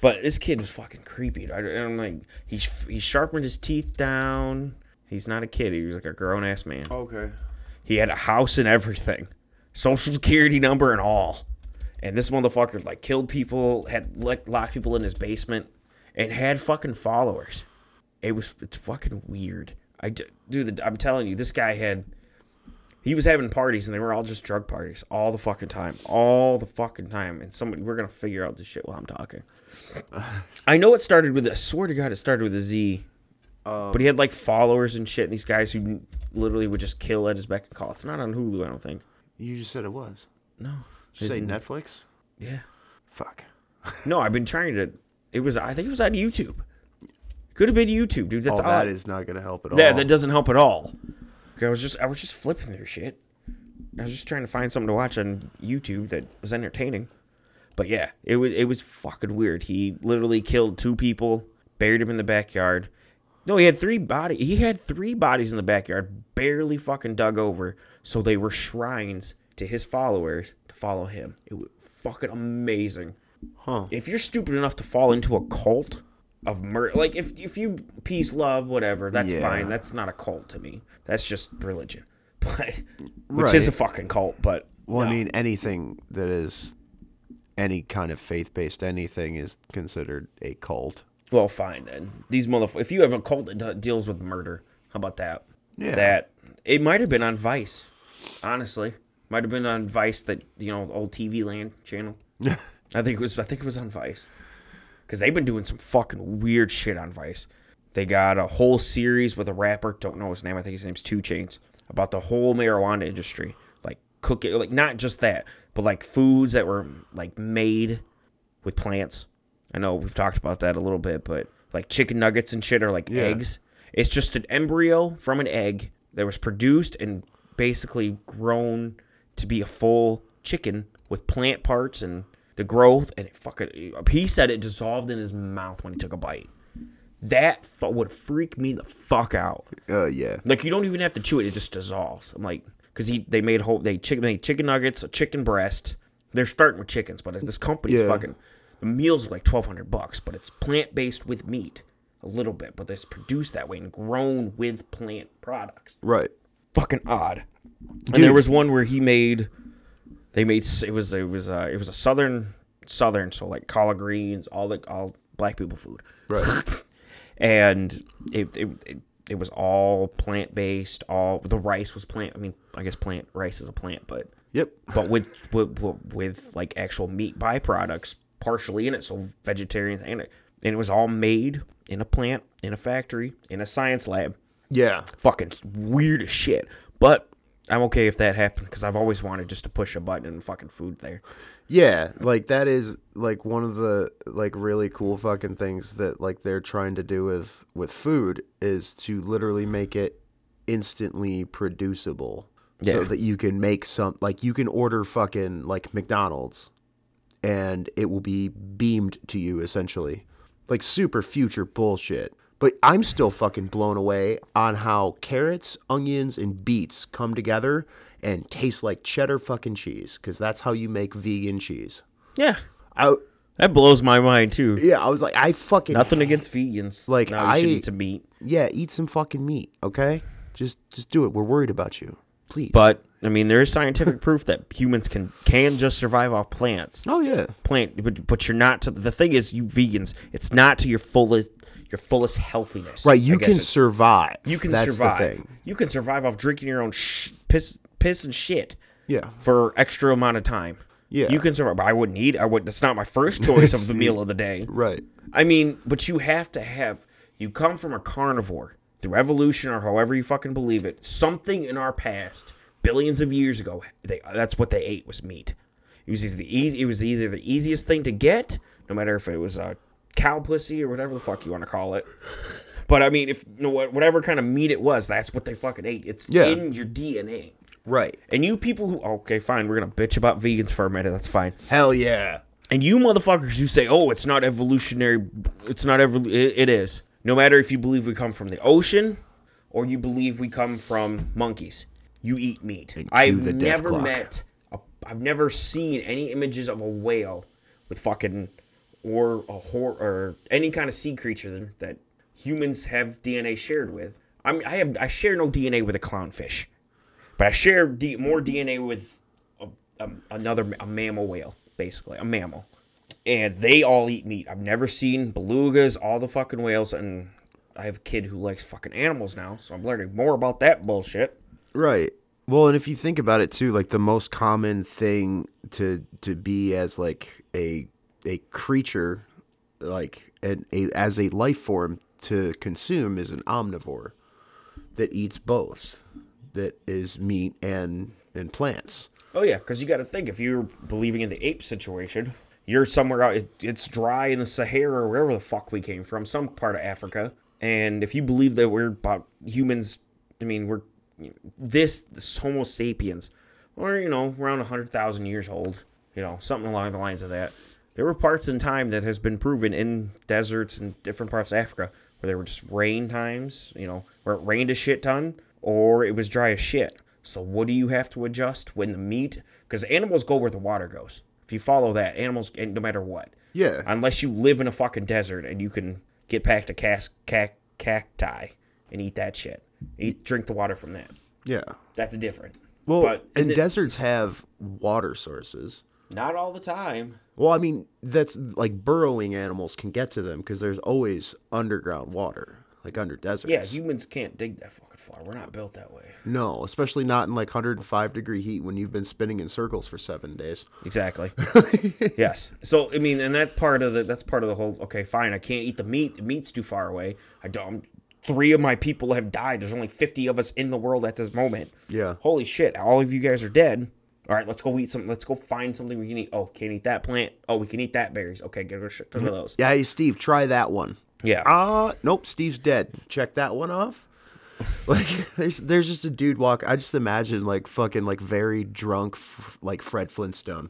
Speaker 3: But this kid was fucking creepy. dude. I, I'm like, he sh- he sharpened his teeth down. He's not a kid. He was like a grown ass man.
Speaker 4: Okay.
Speaker 3: He had a house and everything, social security number and all. And this motherfucker like killed people, had like locked people in his basement, and had fucking followers. It was it's fucking weird. I d- dude, I'm telling you, this guy had. He was having parties and they were all just drug parties all the fucking time, all the fucking time. And somebody, we're gonna figure out this shit while I'm talking. I know it started with. I swear to God, it started with a Z. But he had like followers and shit, and these guys who literally would just kill at his beck and call. It's not on Hulu, I don't think.
Speaker 4: You just said it was.
Speaker 3: No.
Speaker 4: Did you say Netflix?
Speaker 3: Yeah.
Speaker 4: Fuck.
Speaker 3: No, I've been trying to. It was. I think it was on YouTube. Could have been YouTube, dude. That's
Speaker 4: oh,
Speaker 3: all.
Speaker 4: that is not going to help at all.
Speaker 3: Yeah, that doesn't help at all. 'Cause I was just, I was just flipping through shit. I was just trying to find something to watch on YouTube that was entertaining. But yeah, it was, it was fucking weird. He literally killed two people, buried him in the backyard. No, he had three body. He had three bodies in the backyard, barely fucking dug over, so they were shrines to his followers to follow him. It was fucking amazing
Speaker 4: Huh.
Speaker 3: if you're stupid enough to fall into a cult of murder, like if if you peace, love, whatever, that's
Speaker 4: Yeah.
Speaker 3: fine. That's not a cult to me. That's just religion, but which is a
Speaker 4: Right.
Speaker 3: fucking cult. But
Speaker 4: Well, I mean, anything that is any kind of faith based anything is considered a cult.
Speaker 3: well, fine then. These motherfuckers. If you have a cult that d- deals with murder, how about that?
Speaker 4: Yeah.
Speaker 3: That it might have been on Vice, honestly. Might have been on Vice, that you know, old TV Land channel. I think it was. I think it was on Vice, because they've been doing some fucking weird shit on Vice. They got a whole series with a rapper. Don't know his name. I think his name's Two Chains. About the whole marijuana industry, like cooking, like not just that, but like foods that were like made with plants. I know we've talked about that a little bit, but like chicken nuggets and shit are like eggs. It's just an embryo from an egg that was produced and basically grown to be a full chicken with plant parts and the growth. And it fucking, he said it dissolved in his mouth when he took a bite. That fu- would freak me the fuck out.
Speaker 4: Uh, yeah.
Speaker 3: Like you don't even have to chew it; it just dissolves. I'm like, because he they made whole they chicken made chicken nuggets, a chicken breast. They're starting with chickens, but this company's
Speaker 4: Yeah.
Speaker 3: fucking the meals are like twelve hundred bucks, but it's plant based with meat a little bit, but it's produced that way and grown with plant products.
Speaker 4: Right.
Speaker 3: Fucking odd. And there
Speaker 4: Dude.
Speaker 3: was one where he made they made s- it was it was uh, it was a southern southern so like collard greens all the all black people food right and it it, it it was all plant based all the rice was plant i mean i guess plant rice is a plant but
Speaker 4: Yep.
Speaker 3: but with with, with, with like actual meat byproducts partially in it so vegetarian and it, and it was all made in a plant in a factory in a science lab
Speaker 4: Yeah.
Speaker 3: fucking weird as shit. But I'm okay if that happened because I've always wanted just to push a button and fucking food there.
Speaker 4: Yeah, like that is like one of the like really cool fucking things that like they're trying to do with with food is to literally make it instantly producible. So
Speaker 3: Yeah.
Speaker 4: that you can make some like you can order fucking like McDonald's and it will be beamed to you essentially. Like super future bullshit, But I'm still fucking blown away on how carrots, onions, and beets come together and taste like cheddar fucking cheese because that's how you make vegan cheese.
Speaker 3: Yeah.
Speaker 4: I
Speaker 3: That blows my mind too.
Speaker 4: yeah, I was like, I fucking
Speaker 3: Nothing against vegans.
Speaker 4: Like,
Speaker 3: no, you should
Speaker 4: I-
Speaker 3: eat some meat.
Speaker 4: yeah, eat some fucking meat, okay? Just just do it. We're worried about you, please.
Speaker 3: But I mean, there is scientific proof that humans can can just survive off plants.
Speaker 4: oh yeah,
Speaker 3: Plant, but, but you're not. To, the thing is, you vegans, it's not to your fullest your fullest healthiness.
Speaker 4: right.
Speaker 3: I
Speaker 4: You
Speaker 3: guess
Speaker 4: can
Speaker 3: it's-
Speaker 4: survive.
Speaker 3: you can
Speaker 4: That's the
Speaker 3: survive.
Speaker 4: thing.
Speaker 3: You can survive off drinking your own sh- piss piss and shit.
Speaker 4: Yeah.
Speaker 3: For extra amount of time.
Speaker 4: Yeah.
Speaker 3: You can survive. But I wouldn't eat. I would. That's not my first choice of the meal of the day.
Speaker 4: Right.
Speaker 3: I mean, but you have to have. You come from a carnivore through evolution or however you fucking believe it. Something in our past, billions of years ago, they, that's what they ate was meat. It was either the easy, it was either the easiest thing to get, no matter if it was a cow pussy or whatever the fuck you want to call it. But I mean, if you know, what- whatever kind of meat it was, that's what they fucking ate. It's
Speaker 4: Yeah.
Speaker 3: in your DNA.
Speaker 4: Right.
Speaker 3: And you people who okay, fine, we're gonna bitch about vegans for a minute. That's fine.
Speaker 4: Hell yeah.
Speaker 3: And you motherfuckers who say, "Oh, it's not evolutionary. It's not ever. It, it is. No matter if you believe we come from the ocean, or you believe we come from monkeys, you eat meat. I've
Speaker 4: the death
Speaker 3: never
Speaker 4: clock.
Speaker 3: met. A, I've never seen any images of a whale with fucking or a hor or any kind of sea creature that humans have DNA shared with. I'm, I have. I share no DNA with a clownfish, but I share D, more DNA with a, a, another a mammal whale, basically a mammal, and they all eat meat. I've never seen belugas, all the fucking whales, and I have a kid who likes fucking animals now, so I'm learning more about that bullshit.
Speaker 4: Right. Well, and if you think about it too, like the most common thing to to be as like a a creature, like an a, as a life form to consume is an omnivore that eats both, that is meat and and plants.
Speaker 3: Oh yeah, because you got to think if you're believing in the ape situation, you're somewhere out. It, it's dry in the Sahara or wherever the fuck we came from, some part of Africa. And if you believe that we're about humans, I mean we're this, this Homo sapiens, or you know around hundred thousand years old, you know something along the lines of that. There were parts in time that has been proven in deserts and different parts of Africa where there were just rain times, you know, where it rained a shit ton or it was dry as shit. So what do you have to adjust when the meat? Because animals go where the water goes. If you follow that, animals, and no matter what.
Speaker 4: Yeah.
Speaker 3: Unless you live in a fucking desert and you can get packed a cas- cac- cacti and eat that shit, eat drink the water from that.
Speaker 4: Yeah.
Speaker 3: That's different.
Speaker 4: Well,
Speaker 3: but and
Speaker 4: and
Speaker 3: the-
Speaker 4: deserts have water sources.
Speaker 3: not all the time.
Speaker 4: Well, I mean, that's like burrowing animals can get to them because there's always underground water, like under deserts.
Speaker 3: Yeah, humans can't dig that fucking far. We're not built that way.
Speaker 4: No, especially not in like 105 degree heat when you've been spinning in circles for seven days.
Speaker 3: Exactly. yes. So I mean, and that part of the that's part of the whole. Okay, fine. I can't eat the meat. The meat's too far away. I don't. Three of my people have died. There's only fifty of us in the world at this moment.
Speaker 4: Yeah.
Speaker 3: Holy shit! All of you guys are dead. All right, let's go eat some. Let's go find something we can eat. Oh, can't eat that plant. Oh, we can eat that berries. Okay, get a shit ton of those.
Speaker 4: Yeah, hey, Steve, try that one.
Speaker 3: Yeah.
Speaker 4: Ah, nope, Steve's dead. Check that one off. Like, there's there's just a dude walk. I just imagine like fucking like very drunk, f- like Fred Flintstone,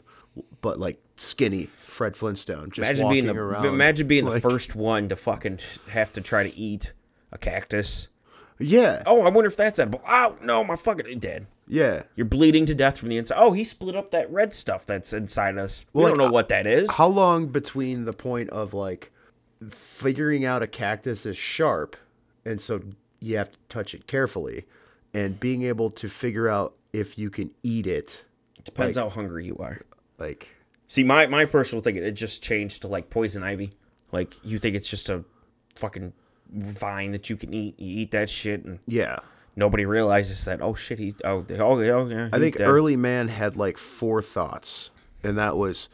Speaker 4: but like skinny Fred Flintstone. Just
Speaker 3: Imagine
Speaker 4: walking
Speaker 3: being the
Speaker 4: around.
Speaker 3: imagine being
Speaker 4: like-
Speaker 3: the first one to fucking have to try to eat a cactus.
Speaker 4: Yeah,
Speaker 3: Oh, I wonder if that's edible. Oh no, my fucking dead.
Speaker 4: yeah.
Speaker 3: You're bleeding to death from the inside. Oh, he split up that red stuff that's inside us. We
Speaker 4: Well,
Speaker 3: don't
Speaker 4: like,
Speaker 3: know what that is.
Speaker 4: How long between the point of like figuring out a cactus is sharp and so you have to touch it carefully and being able to figure out if you can eat it
Speaker 3: Depends how hungry you are.
Speaker 4: like
Speaker 3: See, my, my personal thing, it just changed to like poison ivy. Like, you think it's just a fucking vine that you can eat. You eat that shit, and
Speaker 4: yeah
Speaker 3: nobody realizes that, oh shit, he's, oh, they- oh, yeah, oh yeah.
Speaker 4: i think early man had like four thoughts and that was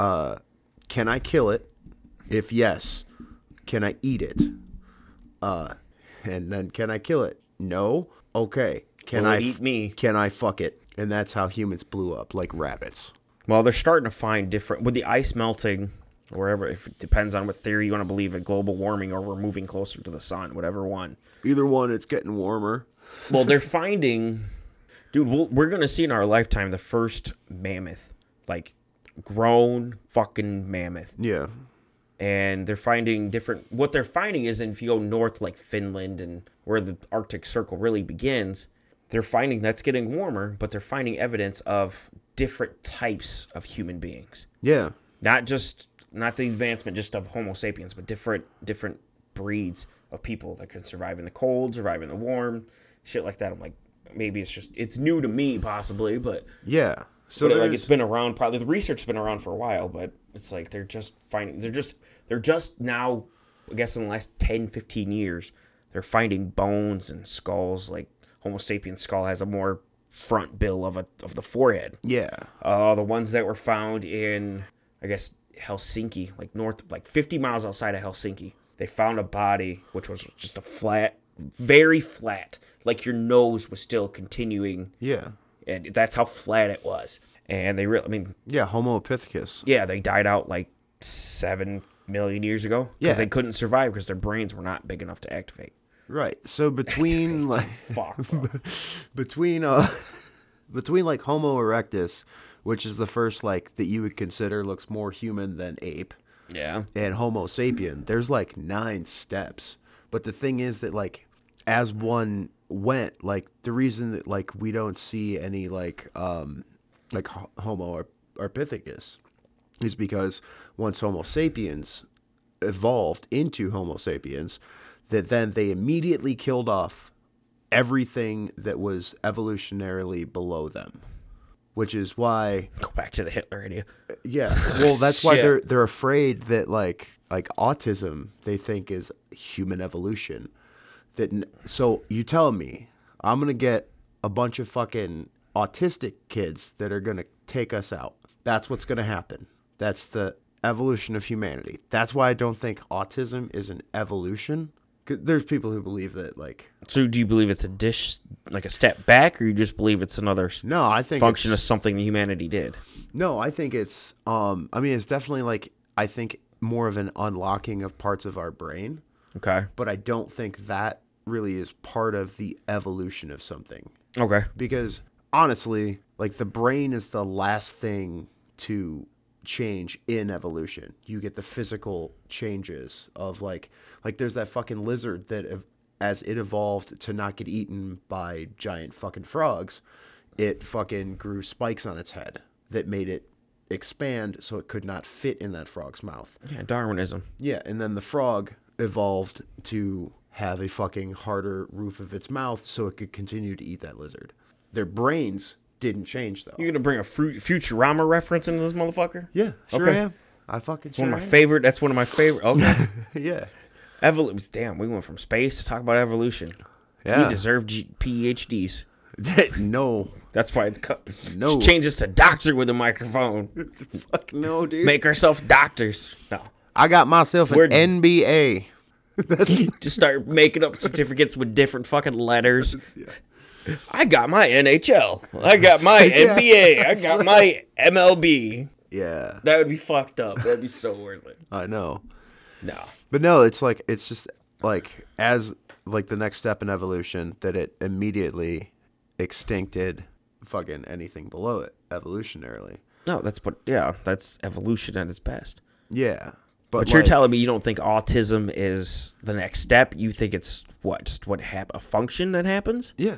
Speaker 4: uh can i kill it if yes can i eat it uh and then can i kill it no okay can
Speaker 3: Will
Speaker 4: i
Speaker 3: it
Speaker 4: f-
Speaker 3: eat me?
Speaker 4: can i fuck it and that's how humans blew up like rabbits
Speaker 3: Well, they're starting to find different with the ice melting, wherever if it depends on what theory you want to believe in, global warming or we're moving closer to the sun, whatever one.
Speaker 4: Either one, it's getting warmer.
Speaker 3: Well, they're finding, dude. We'll, we're gonna see in our lifetime the first mammoth, like grown fucking mammoth,
Speaker 4: Yeah.
Speaker 3: and they're finding different. What they're finding is, if you go north, like Finland and where the Arctic Circle really begins, they're finding that's getting warmer, but they're finding evidence of different types of human beings,
Speaker 4: Yeah.
Speaker 3: not just not the advancement just of Homo sapiens, but different different breeds of people that can survive in the cold, survive in the warm, shit like that. I'm like, maybe it's just it's new to me, possibly, but
Speaker 4: Yeah. So
Speaker 3: but, like
Speaker 4: there's-
Speaker 3: it's been around probably the research's been around for a while but it's like they're just finding they're just they're just now i guess in the last 10 15 years they're finding bones and skulls like homo sapiens skull has a more front bill of a of the forehead
Speaker 4: yeah.
Speaker 3: uh the ones that were found in i guess helsinki like north like 50 miles outside of helsinki they found a body which was just a flat very flat like your nose was still continuing
Speaker 4: Yeah.
Speaker 3: and that's how flat it was. And they really, I mean,
Speaker 4: Yeah, Homo epithecus.
Speaker 3: yeah, they died out like seven million years ago because
Speaker 4: Yeah.
Speaker 3: they couldn't survive because their brains were not big enough to activate.
Speaker 4: Right. So between like
Speaker 3: Fuck. bro.
Speaker 4: between uh between like Homo erectus, which is the first like that you would consider looks more human than ape,
Speaker 3: yeah.
Speaker 4: and Homo sapien, there's like nine steps. But the thing is that like as one went, like the reason that like we don't see any like um like Ho- Homo epithecus is because once Homo sapiens evolved into Homo sapiens, that then they immediately killed off everything that was evolutionarily below them, which is why
Speaker 3: Go back to the Hitler idea.
Speaker 4: yeah. Well, that's why
Speaker 3: Shit.
Speaker 4: they're they're afraid that like like autism they think is human evolution. That n- so you tell me I'm gonna get a bunch of fucking autistic kids that are gonna take us out. That's what's gonna happen. That's the evolution of humanity. That's why I don't think autism is an evolution. 'Cause There's people who believe that like
Speaker 3: So, do you believe it's a dish, like a step back, or you just believe it's another s-
Speaker 4: no, I think
Speaker 3: function
Speaker 4: it's-
Speaker 3: of something humanity did?
Speaker 4: No, I think it's um I mean it's definitely like I think more of an unlocking of parts of our brain,
Speaker 3: Okay.
Speaker 4: but I don't think that really is part of the evolution of something
Speaker 3: Okay.
Speaker 4: because honestly, like the brain is the last thing to change in evolution. You get the physical changes of like like there's that fucking lizard that ev- as it evolved to not get eaten by giant fucking frogs, it fucking grew spikes on its head that made it expand so it could not fit in that frog's mouth.
Speaker 3: Yeah, Darwinism.
Speaker 4: Yeah, and then the frog evolved to have a fucking harder roof of its mouth so it could continue to eat that lizard. Their brains didn't change though.
Speaker 3: You're gonna bring a fruit Futurama reference into this motherfucker?
Speaker 4: Yeah, sure
Speaker 3: Okay.
Speaker 4: I am. I fucking sure
Speaker 3: One of my
Speaker 4: am.
Speaker 3: favorite. That's one of my favorite. Okay.
Speaker 4: yeah.
Speaker 3: Evol- Damn, we went from space to talk about evolution.
Speaker 4: Yeah.
Speaker 3: We deserve G- PhDs.
Speaker 4: no.
Speaker 3: That's why it's cut.
Speaker 4: No.
Speaker 3: Change us to doctor with a microphone.
Speaker 4: Fuck no, dude.
Speaker 3: Make ourselves doctors. No.
Speaker 4: I got myself an
Speaker 3: We're-
Speaker 4: NBA.
Speaker 3: Just start making up certificates with different fucking letters. I got my NHL. I got my
Speaker 4: Yeah.
Speaker 3: NBA. I got my MLB.
Speaker 4: Yeah.
Speaker 3: That would be fucked up. That'd be so worth it.
Speaker 4: I know.
Speaker 3: No.
Speaker 4: But no, it's like it's just like as like the next step in evolution that it immediately extincted fucking anything below it evolutionarily.
Speaker 3: No, that's what, yeah, that's evolution at its best.
Speaker 4: Yeah.
Speaker 3: But you're
Speaker 4: like-
Speaker 3: telling me you don't think autism is the next step. You think it's what, just what hap- a function that happens?
Speaker 4: Yeah.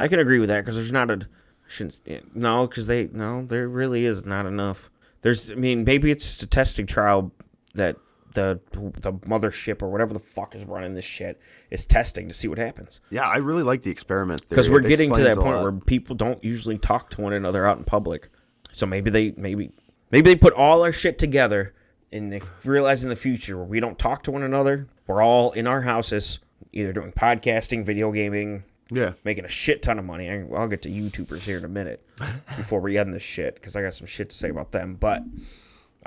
Speaker 3: I can agree with that because there's not a shouldn't yeah, no because they no there really is not enough. There's I mean maybe it's just a testing trial that the the mothership or whatever the fuck is running this shit is testing to see what happens
Speaker 4: Yeah, I really like the experiment
Speaker 3: because
Speaker 4: theory.
Speaker 3: we're
Speaker 4: It
Speaker 3: getting to
Speaker 4: explains
Speaker 3: that
Speaker 4: a
Speaker 3: point
Speaker 4: lot.
Speaker 3: where people don't usually talk to one another out in public. So maybe they maybe maybe they put all our shit together and they realize in the future where we don't talk to one another. We're all in our houses either doing podcasting, video gaming,
Speaker 4: yeah,
Speaker 3: making a shit ton of money. I- I'll get to YouTubers here in a minute before we end this shit because I got some shit to say about them. But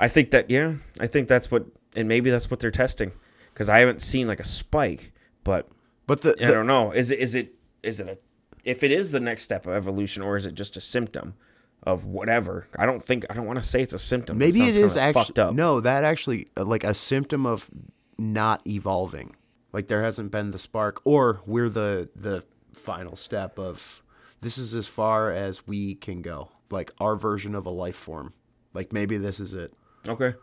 Speaker 3: I think that yeah, I think that's what, and maybe that's what they're testing because I haven't seen like a spike. But
Speaker 4: but the,
Speaker 3: I
Speaker 4: the-
Speaker 3: don't know. Is it is it is it a if it is the next step of evolution or is it just a symptom of whatever? I don't think I don't want to say it's a symptom.
Speaker 4: maybe it is
Speaker 3: sounds kinda fucked
Speaker 4: actually
Speaker 3: up.
Speaker 4: no, that actually uh, like a symptom of not evolving. Like there hasn't been the spark, or we're the the final step of this is as far as we can go. Like our version of a life form. Like maybe this is it.
Speaker 3: Okay.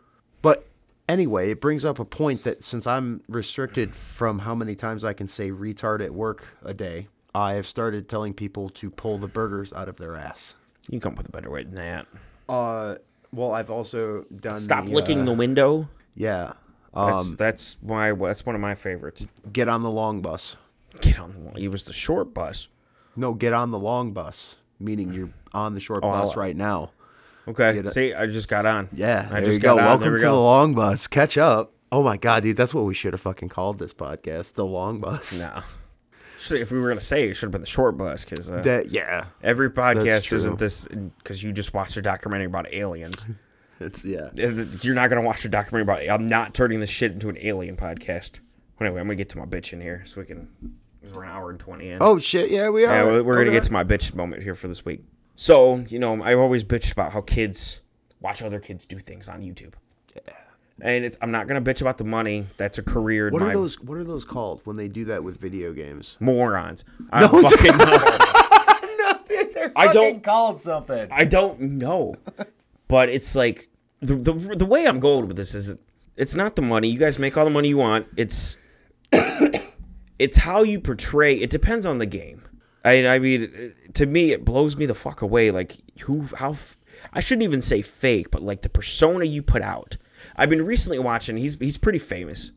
Speaker 4: But Anyway, it brings up a point that since I'm restricted from how many times I can say retard at work a day, I have started telling people to pull the burgers out of their ass.
Speaker 3: You can come up with a better way than that.
Speaker 4: Uh, well, I've also done.
Speaker 3: Stop
Speaker 4: the,
Speaker 3: licking
Speaker 4: uh,
Speaker 3: the window.
Speaker 4: Yeah.
Speaker 3: That's,
Speaker 4: Um,
Speaker 3: that's my that's one of my favorites.
Speaker 4: get on the long bus.
Speaker 3: Get on the wall. It was the short bus.
Speaker 4: No, get on the long bus, meaning you're on the short
Speaker 3: I'll-
Speaker 4: bus right now.
Speaker 3: Okay.
Speaker 4: Get a-
Speaker 3: See, I just got on.
Speaker 4: Yeah,
Speaker 3: I
Speaker 4: there you go. Welcome to the long bus. Catch up. Oh my god, dude, that's what we should have fucking called this podcast, the long bus.
Speaker 3: No. Should- if we were gonna say, it, it should have been the short bus because uh,
Speaker 4: That yeah,
Speaker 3: every
Speaker 4: That's
Speaker 3: podcast
Speaker 4: true.
Speaker 3: isn't this because you just watched a documentary about aliens.
Speaker 4: it's yeah.
Speaker 3: And You're not gonna watch a documentary about. I'm not turning this shit into an alien podcast. Anyway, I'm gonna get to my bitch in here so we can. 'cause We're an hour and twenty in.
Speaker 4: Oh shit, yeah, we are.
Speaker 3: Yeah, we're, we're gonna
Speaker 4: Okay.
Speaker 3: get to my bitch moment here for this week. So you know, I've always bitched about how kids watch other kids do things on YouTube. And it's, I'm not gonna bitch about the money. That's a career. in
Speaker 4: What
Speaker 3: my-
Speaker 4: are those? What are those called when they do that with video games?
Speaker 3: morons? I don't fucking know. I don't-
Speaker 4: called something.
Speaker 3: I don't know. But it's like the, the the way I'm going with this is it's not the money. You guys make all the money you want. It's it's how you portray. It depends on the game. I I mean, to me, it blows me the fuck away. Like who? How? f- I shouldn't even say fake, but like the persona you put out. I've been recently watching. He's he's pretty famous.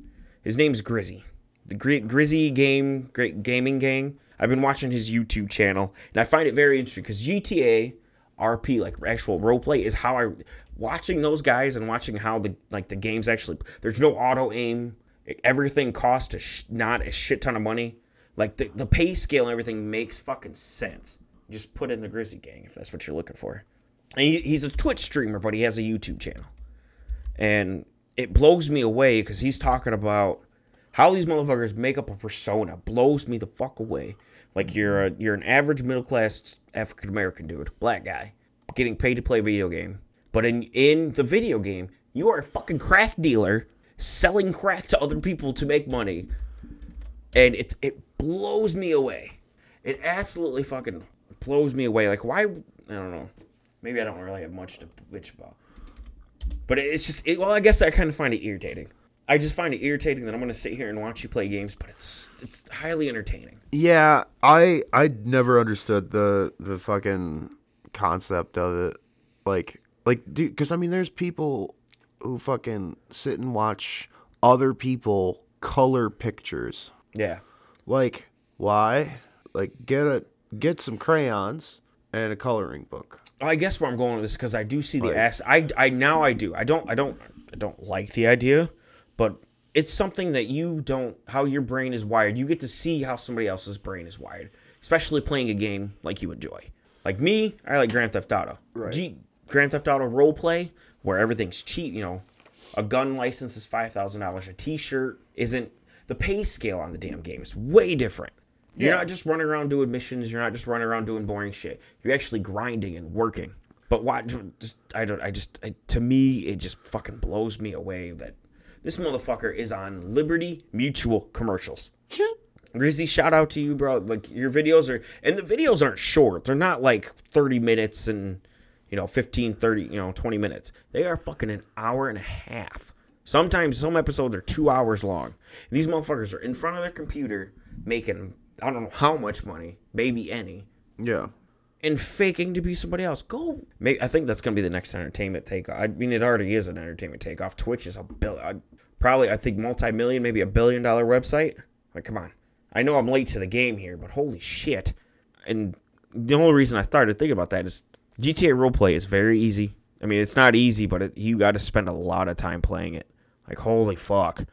Speaker 3: His name's Grizzy, the Gri- Grizzy Game Great Gaming Gang. I've been watching his YouTube channel, and I find it very interesting because GTA RP, like actual roleplay, is how I watching those guys and watching how the like the games actually. There's no auto aim. Everything costs a sh- not a shit ton of money. Like the, the pay scale and everything makes fucking sense. Just put in the Grizzly Gang if that's what you're looking for. And he, he's a Twitch streamer, but he has a YouTube channel. And it blows me away because he's talking about how these motherfuckers make up a persona. Blows me the fuck away. Like you're a, you're an average middle class African American dude, black guy, getting paid to play a video game. But in in the video game, you are a fucking crack dealer selling crack to other people to make money and it it blows me away. It absolutely fucking blows me away. Like why? I don't know. Maybe I don't really have much to bitch about. But it's just it, well, I guess I kind of find it irritating. I just find it irritating that I'm gonna sit here and watch you play games, but it's it's highly entertaining.
Speaker 4: Yeah, I I never understood the the fucking concept of it. Like like dude, cuz I mean there's people who fucking sit and watch other people color pictures.
Speaker 3: Yeah.
Speaker 4: Like why? Like get a get some crayons and a coloring book.
Speaker 3: I guess where I'm going with this because I do see the
Speaker 4: Right.
Speaker 3: ass. I I now I do. I don't I don't I don't like the idea, but it's something that you don't how your brain is wired. You get to see how somebody else's brain is wired, especially playing a game like you enjoy. Like me, I like Grand Theft Auto. Right. G, Grand Theft Auto role play where everything's cheap. You know, a gun license is five thousand dollars. A T-shirt isn't. The pay scale on the damn game is way different. You're not just running around doing missions. You're not just running around doing boring shit. You're actually grinding and working. But why? Just I don't. I just I, to me it just fucking blows me away that this motherfucker is on Liberty Mutual commercials. Grizzly, shout out to you, bro. Like your videos are, and the videos aren't short. They're not like 30 minutes and, you know, 15, 30, you know, 20 minutes. They are fucking an hour and a half. Sometimes some episodes are two hours long. These motherfuckers are in front of their computer making, I don't know how much money, maybe any,
Speaker 4: Yeah.
Speaker 3: and faking to be somebody else. Go. Maybe, I think that's going to be the next entertainment takeoff. I mean, it already is an entertainment takeoff. Twitch is a bill, I- probably I think multi-million, maybe a billion dollar website. Like, come on. I know I'm late to the game here, but holy shit! And the only reason I started thinking about that is GTA roleplay is very easy. I mean, it's not easy, but it, you got to spend a lot of time playing it. Like, holy fuck!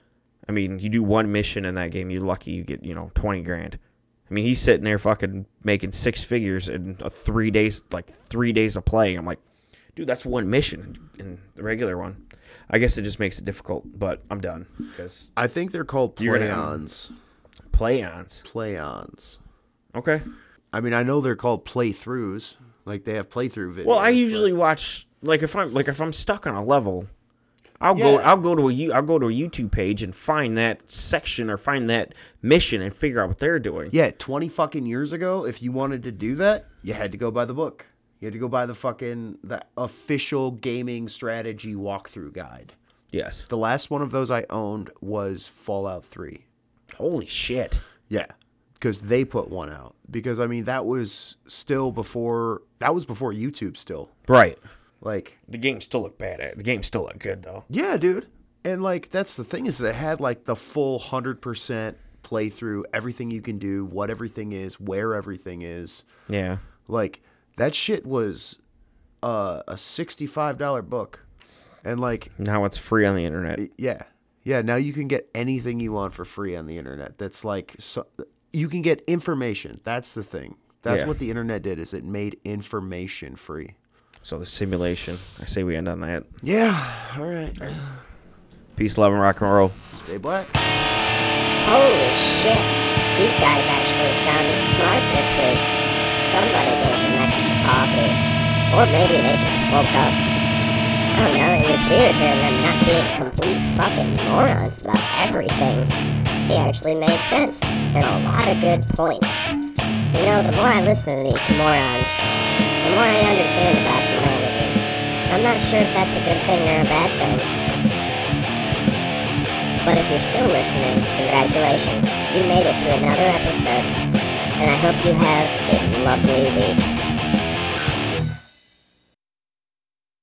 Speaker 3: I mean, you do one mission in that game, you're lucky you get you know twenty grand. I mean, he's sitting there fucking making six figures in a three days, like three days of playing. I'm like, dude, that's one mission in the regular one. I guess it just makes it difficult, but I'm done because
Speaker 4: I think they're called
Speaker 3: You're gonna-
Speaker 4: play-ons.
Speaker 3: play-ons.
Speaker 4: Play-ons.
Speaker 3: Okay.
Speaker 4: I mean, I know they're called playthroughs. Like they have playthrough videos.
Speaker 3: Well, I
Speaker 4: but-
Speaker 3: usually watch like if I'm like if I'm stuck on a level, I'll go
Speaker 4: Yeah.
Speaker 3: I'll go to a you I'll go to a YouTube page and find that section or find that mission and figure out what they're doing.
Speaker 4: Yeah, 20 fucking years ago, if you wanted to do that, you had to go by the book. You had to go by the fucking the official gaming strategy walkthrough guide.
Speaker 3: Yes.
Speaker 4: The last one of those I owned was Fallout 3.
Speaker 3: Holy shit.
Speaker 4: Yeah, because they put one out. Because I mean, that was still before that was before YouTube. Still,
Speaker 3: Right.
Speaker 4: like,
Speaker 3: The game still looked bad. At, the game still looked good though.
Speaker 4: yeah, dude. And like, that's the thing is that it had like the full hundred percent playthrough, everything you can do, what everything is, where everything is.
Speaker 3: Yeah.
Speaker 4: Like that shit was uh, a sixty-five dollar book, and like,
Speaker 3: Now it's free on the internet.
Speaker 4: yeah, yeah. Now you can get anything you want for free on the internet. That's like so, you can get information. That's the thing. That's
Speaker 3: Yeah.
Speaker 4: what the internet did is it made information free.
Speaker 3: So the simulation. I say we end on that.
Speaker 4: Yeah. All right.
Speaker 3: Peace, love, and rock and roll.
Speaker 4: Stay black.
Speaker 2: Holy shit. These guys actually sounded smart this week. Somebody gave them extra coffee. Or maybe they just woke up. I don't know, it was weird hearing them not being complete fucking morons about everything. They actually made sense, and a lot of good points. You know, the more I listen to these morons, the more I understand about humanity. I'm not sure if that's a good thing or a bad thing. But if you're still listening, congratulations. You made it through another episode. And I hope you have a lovely week.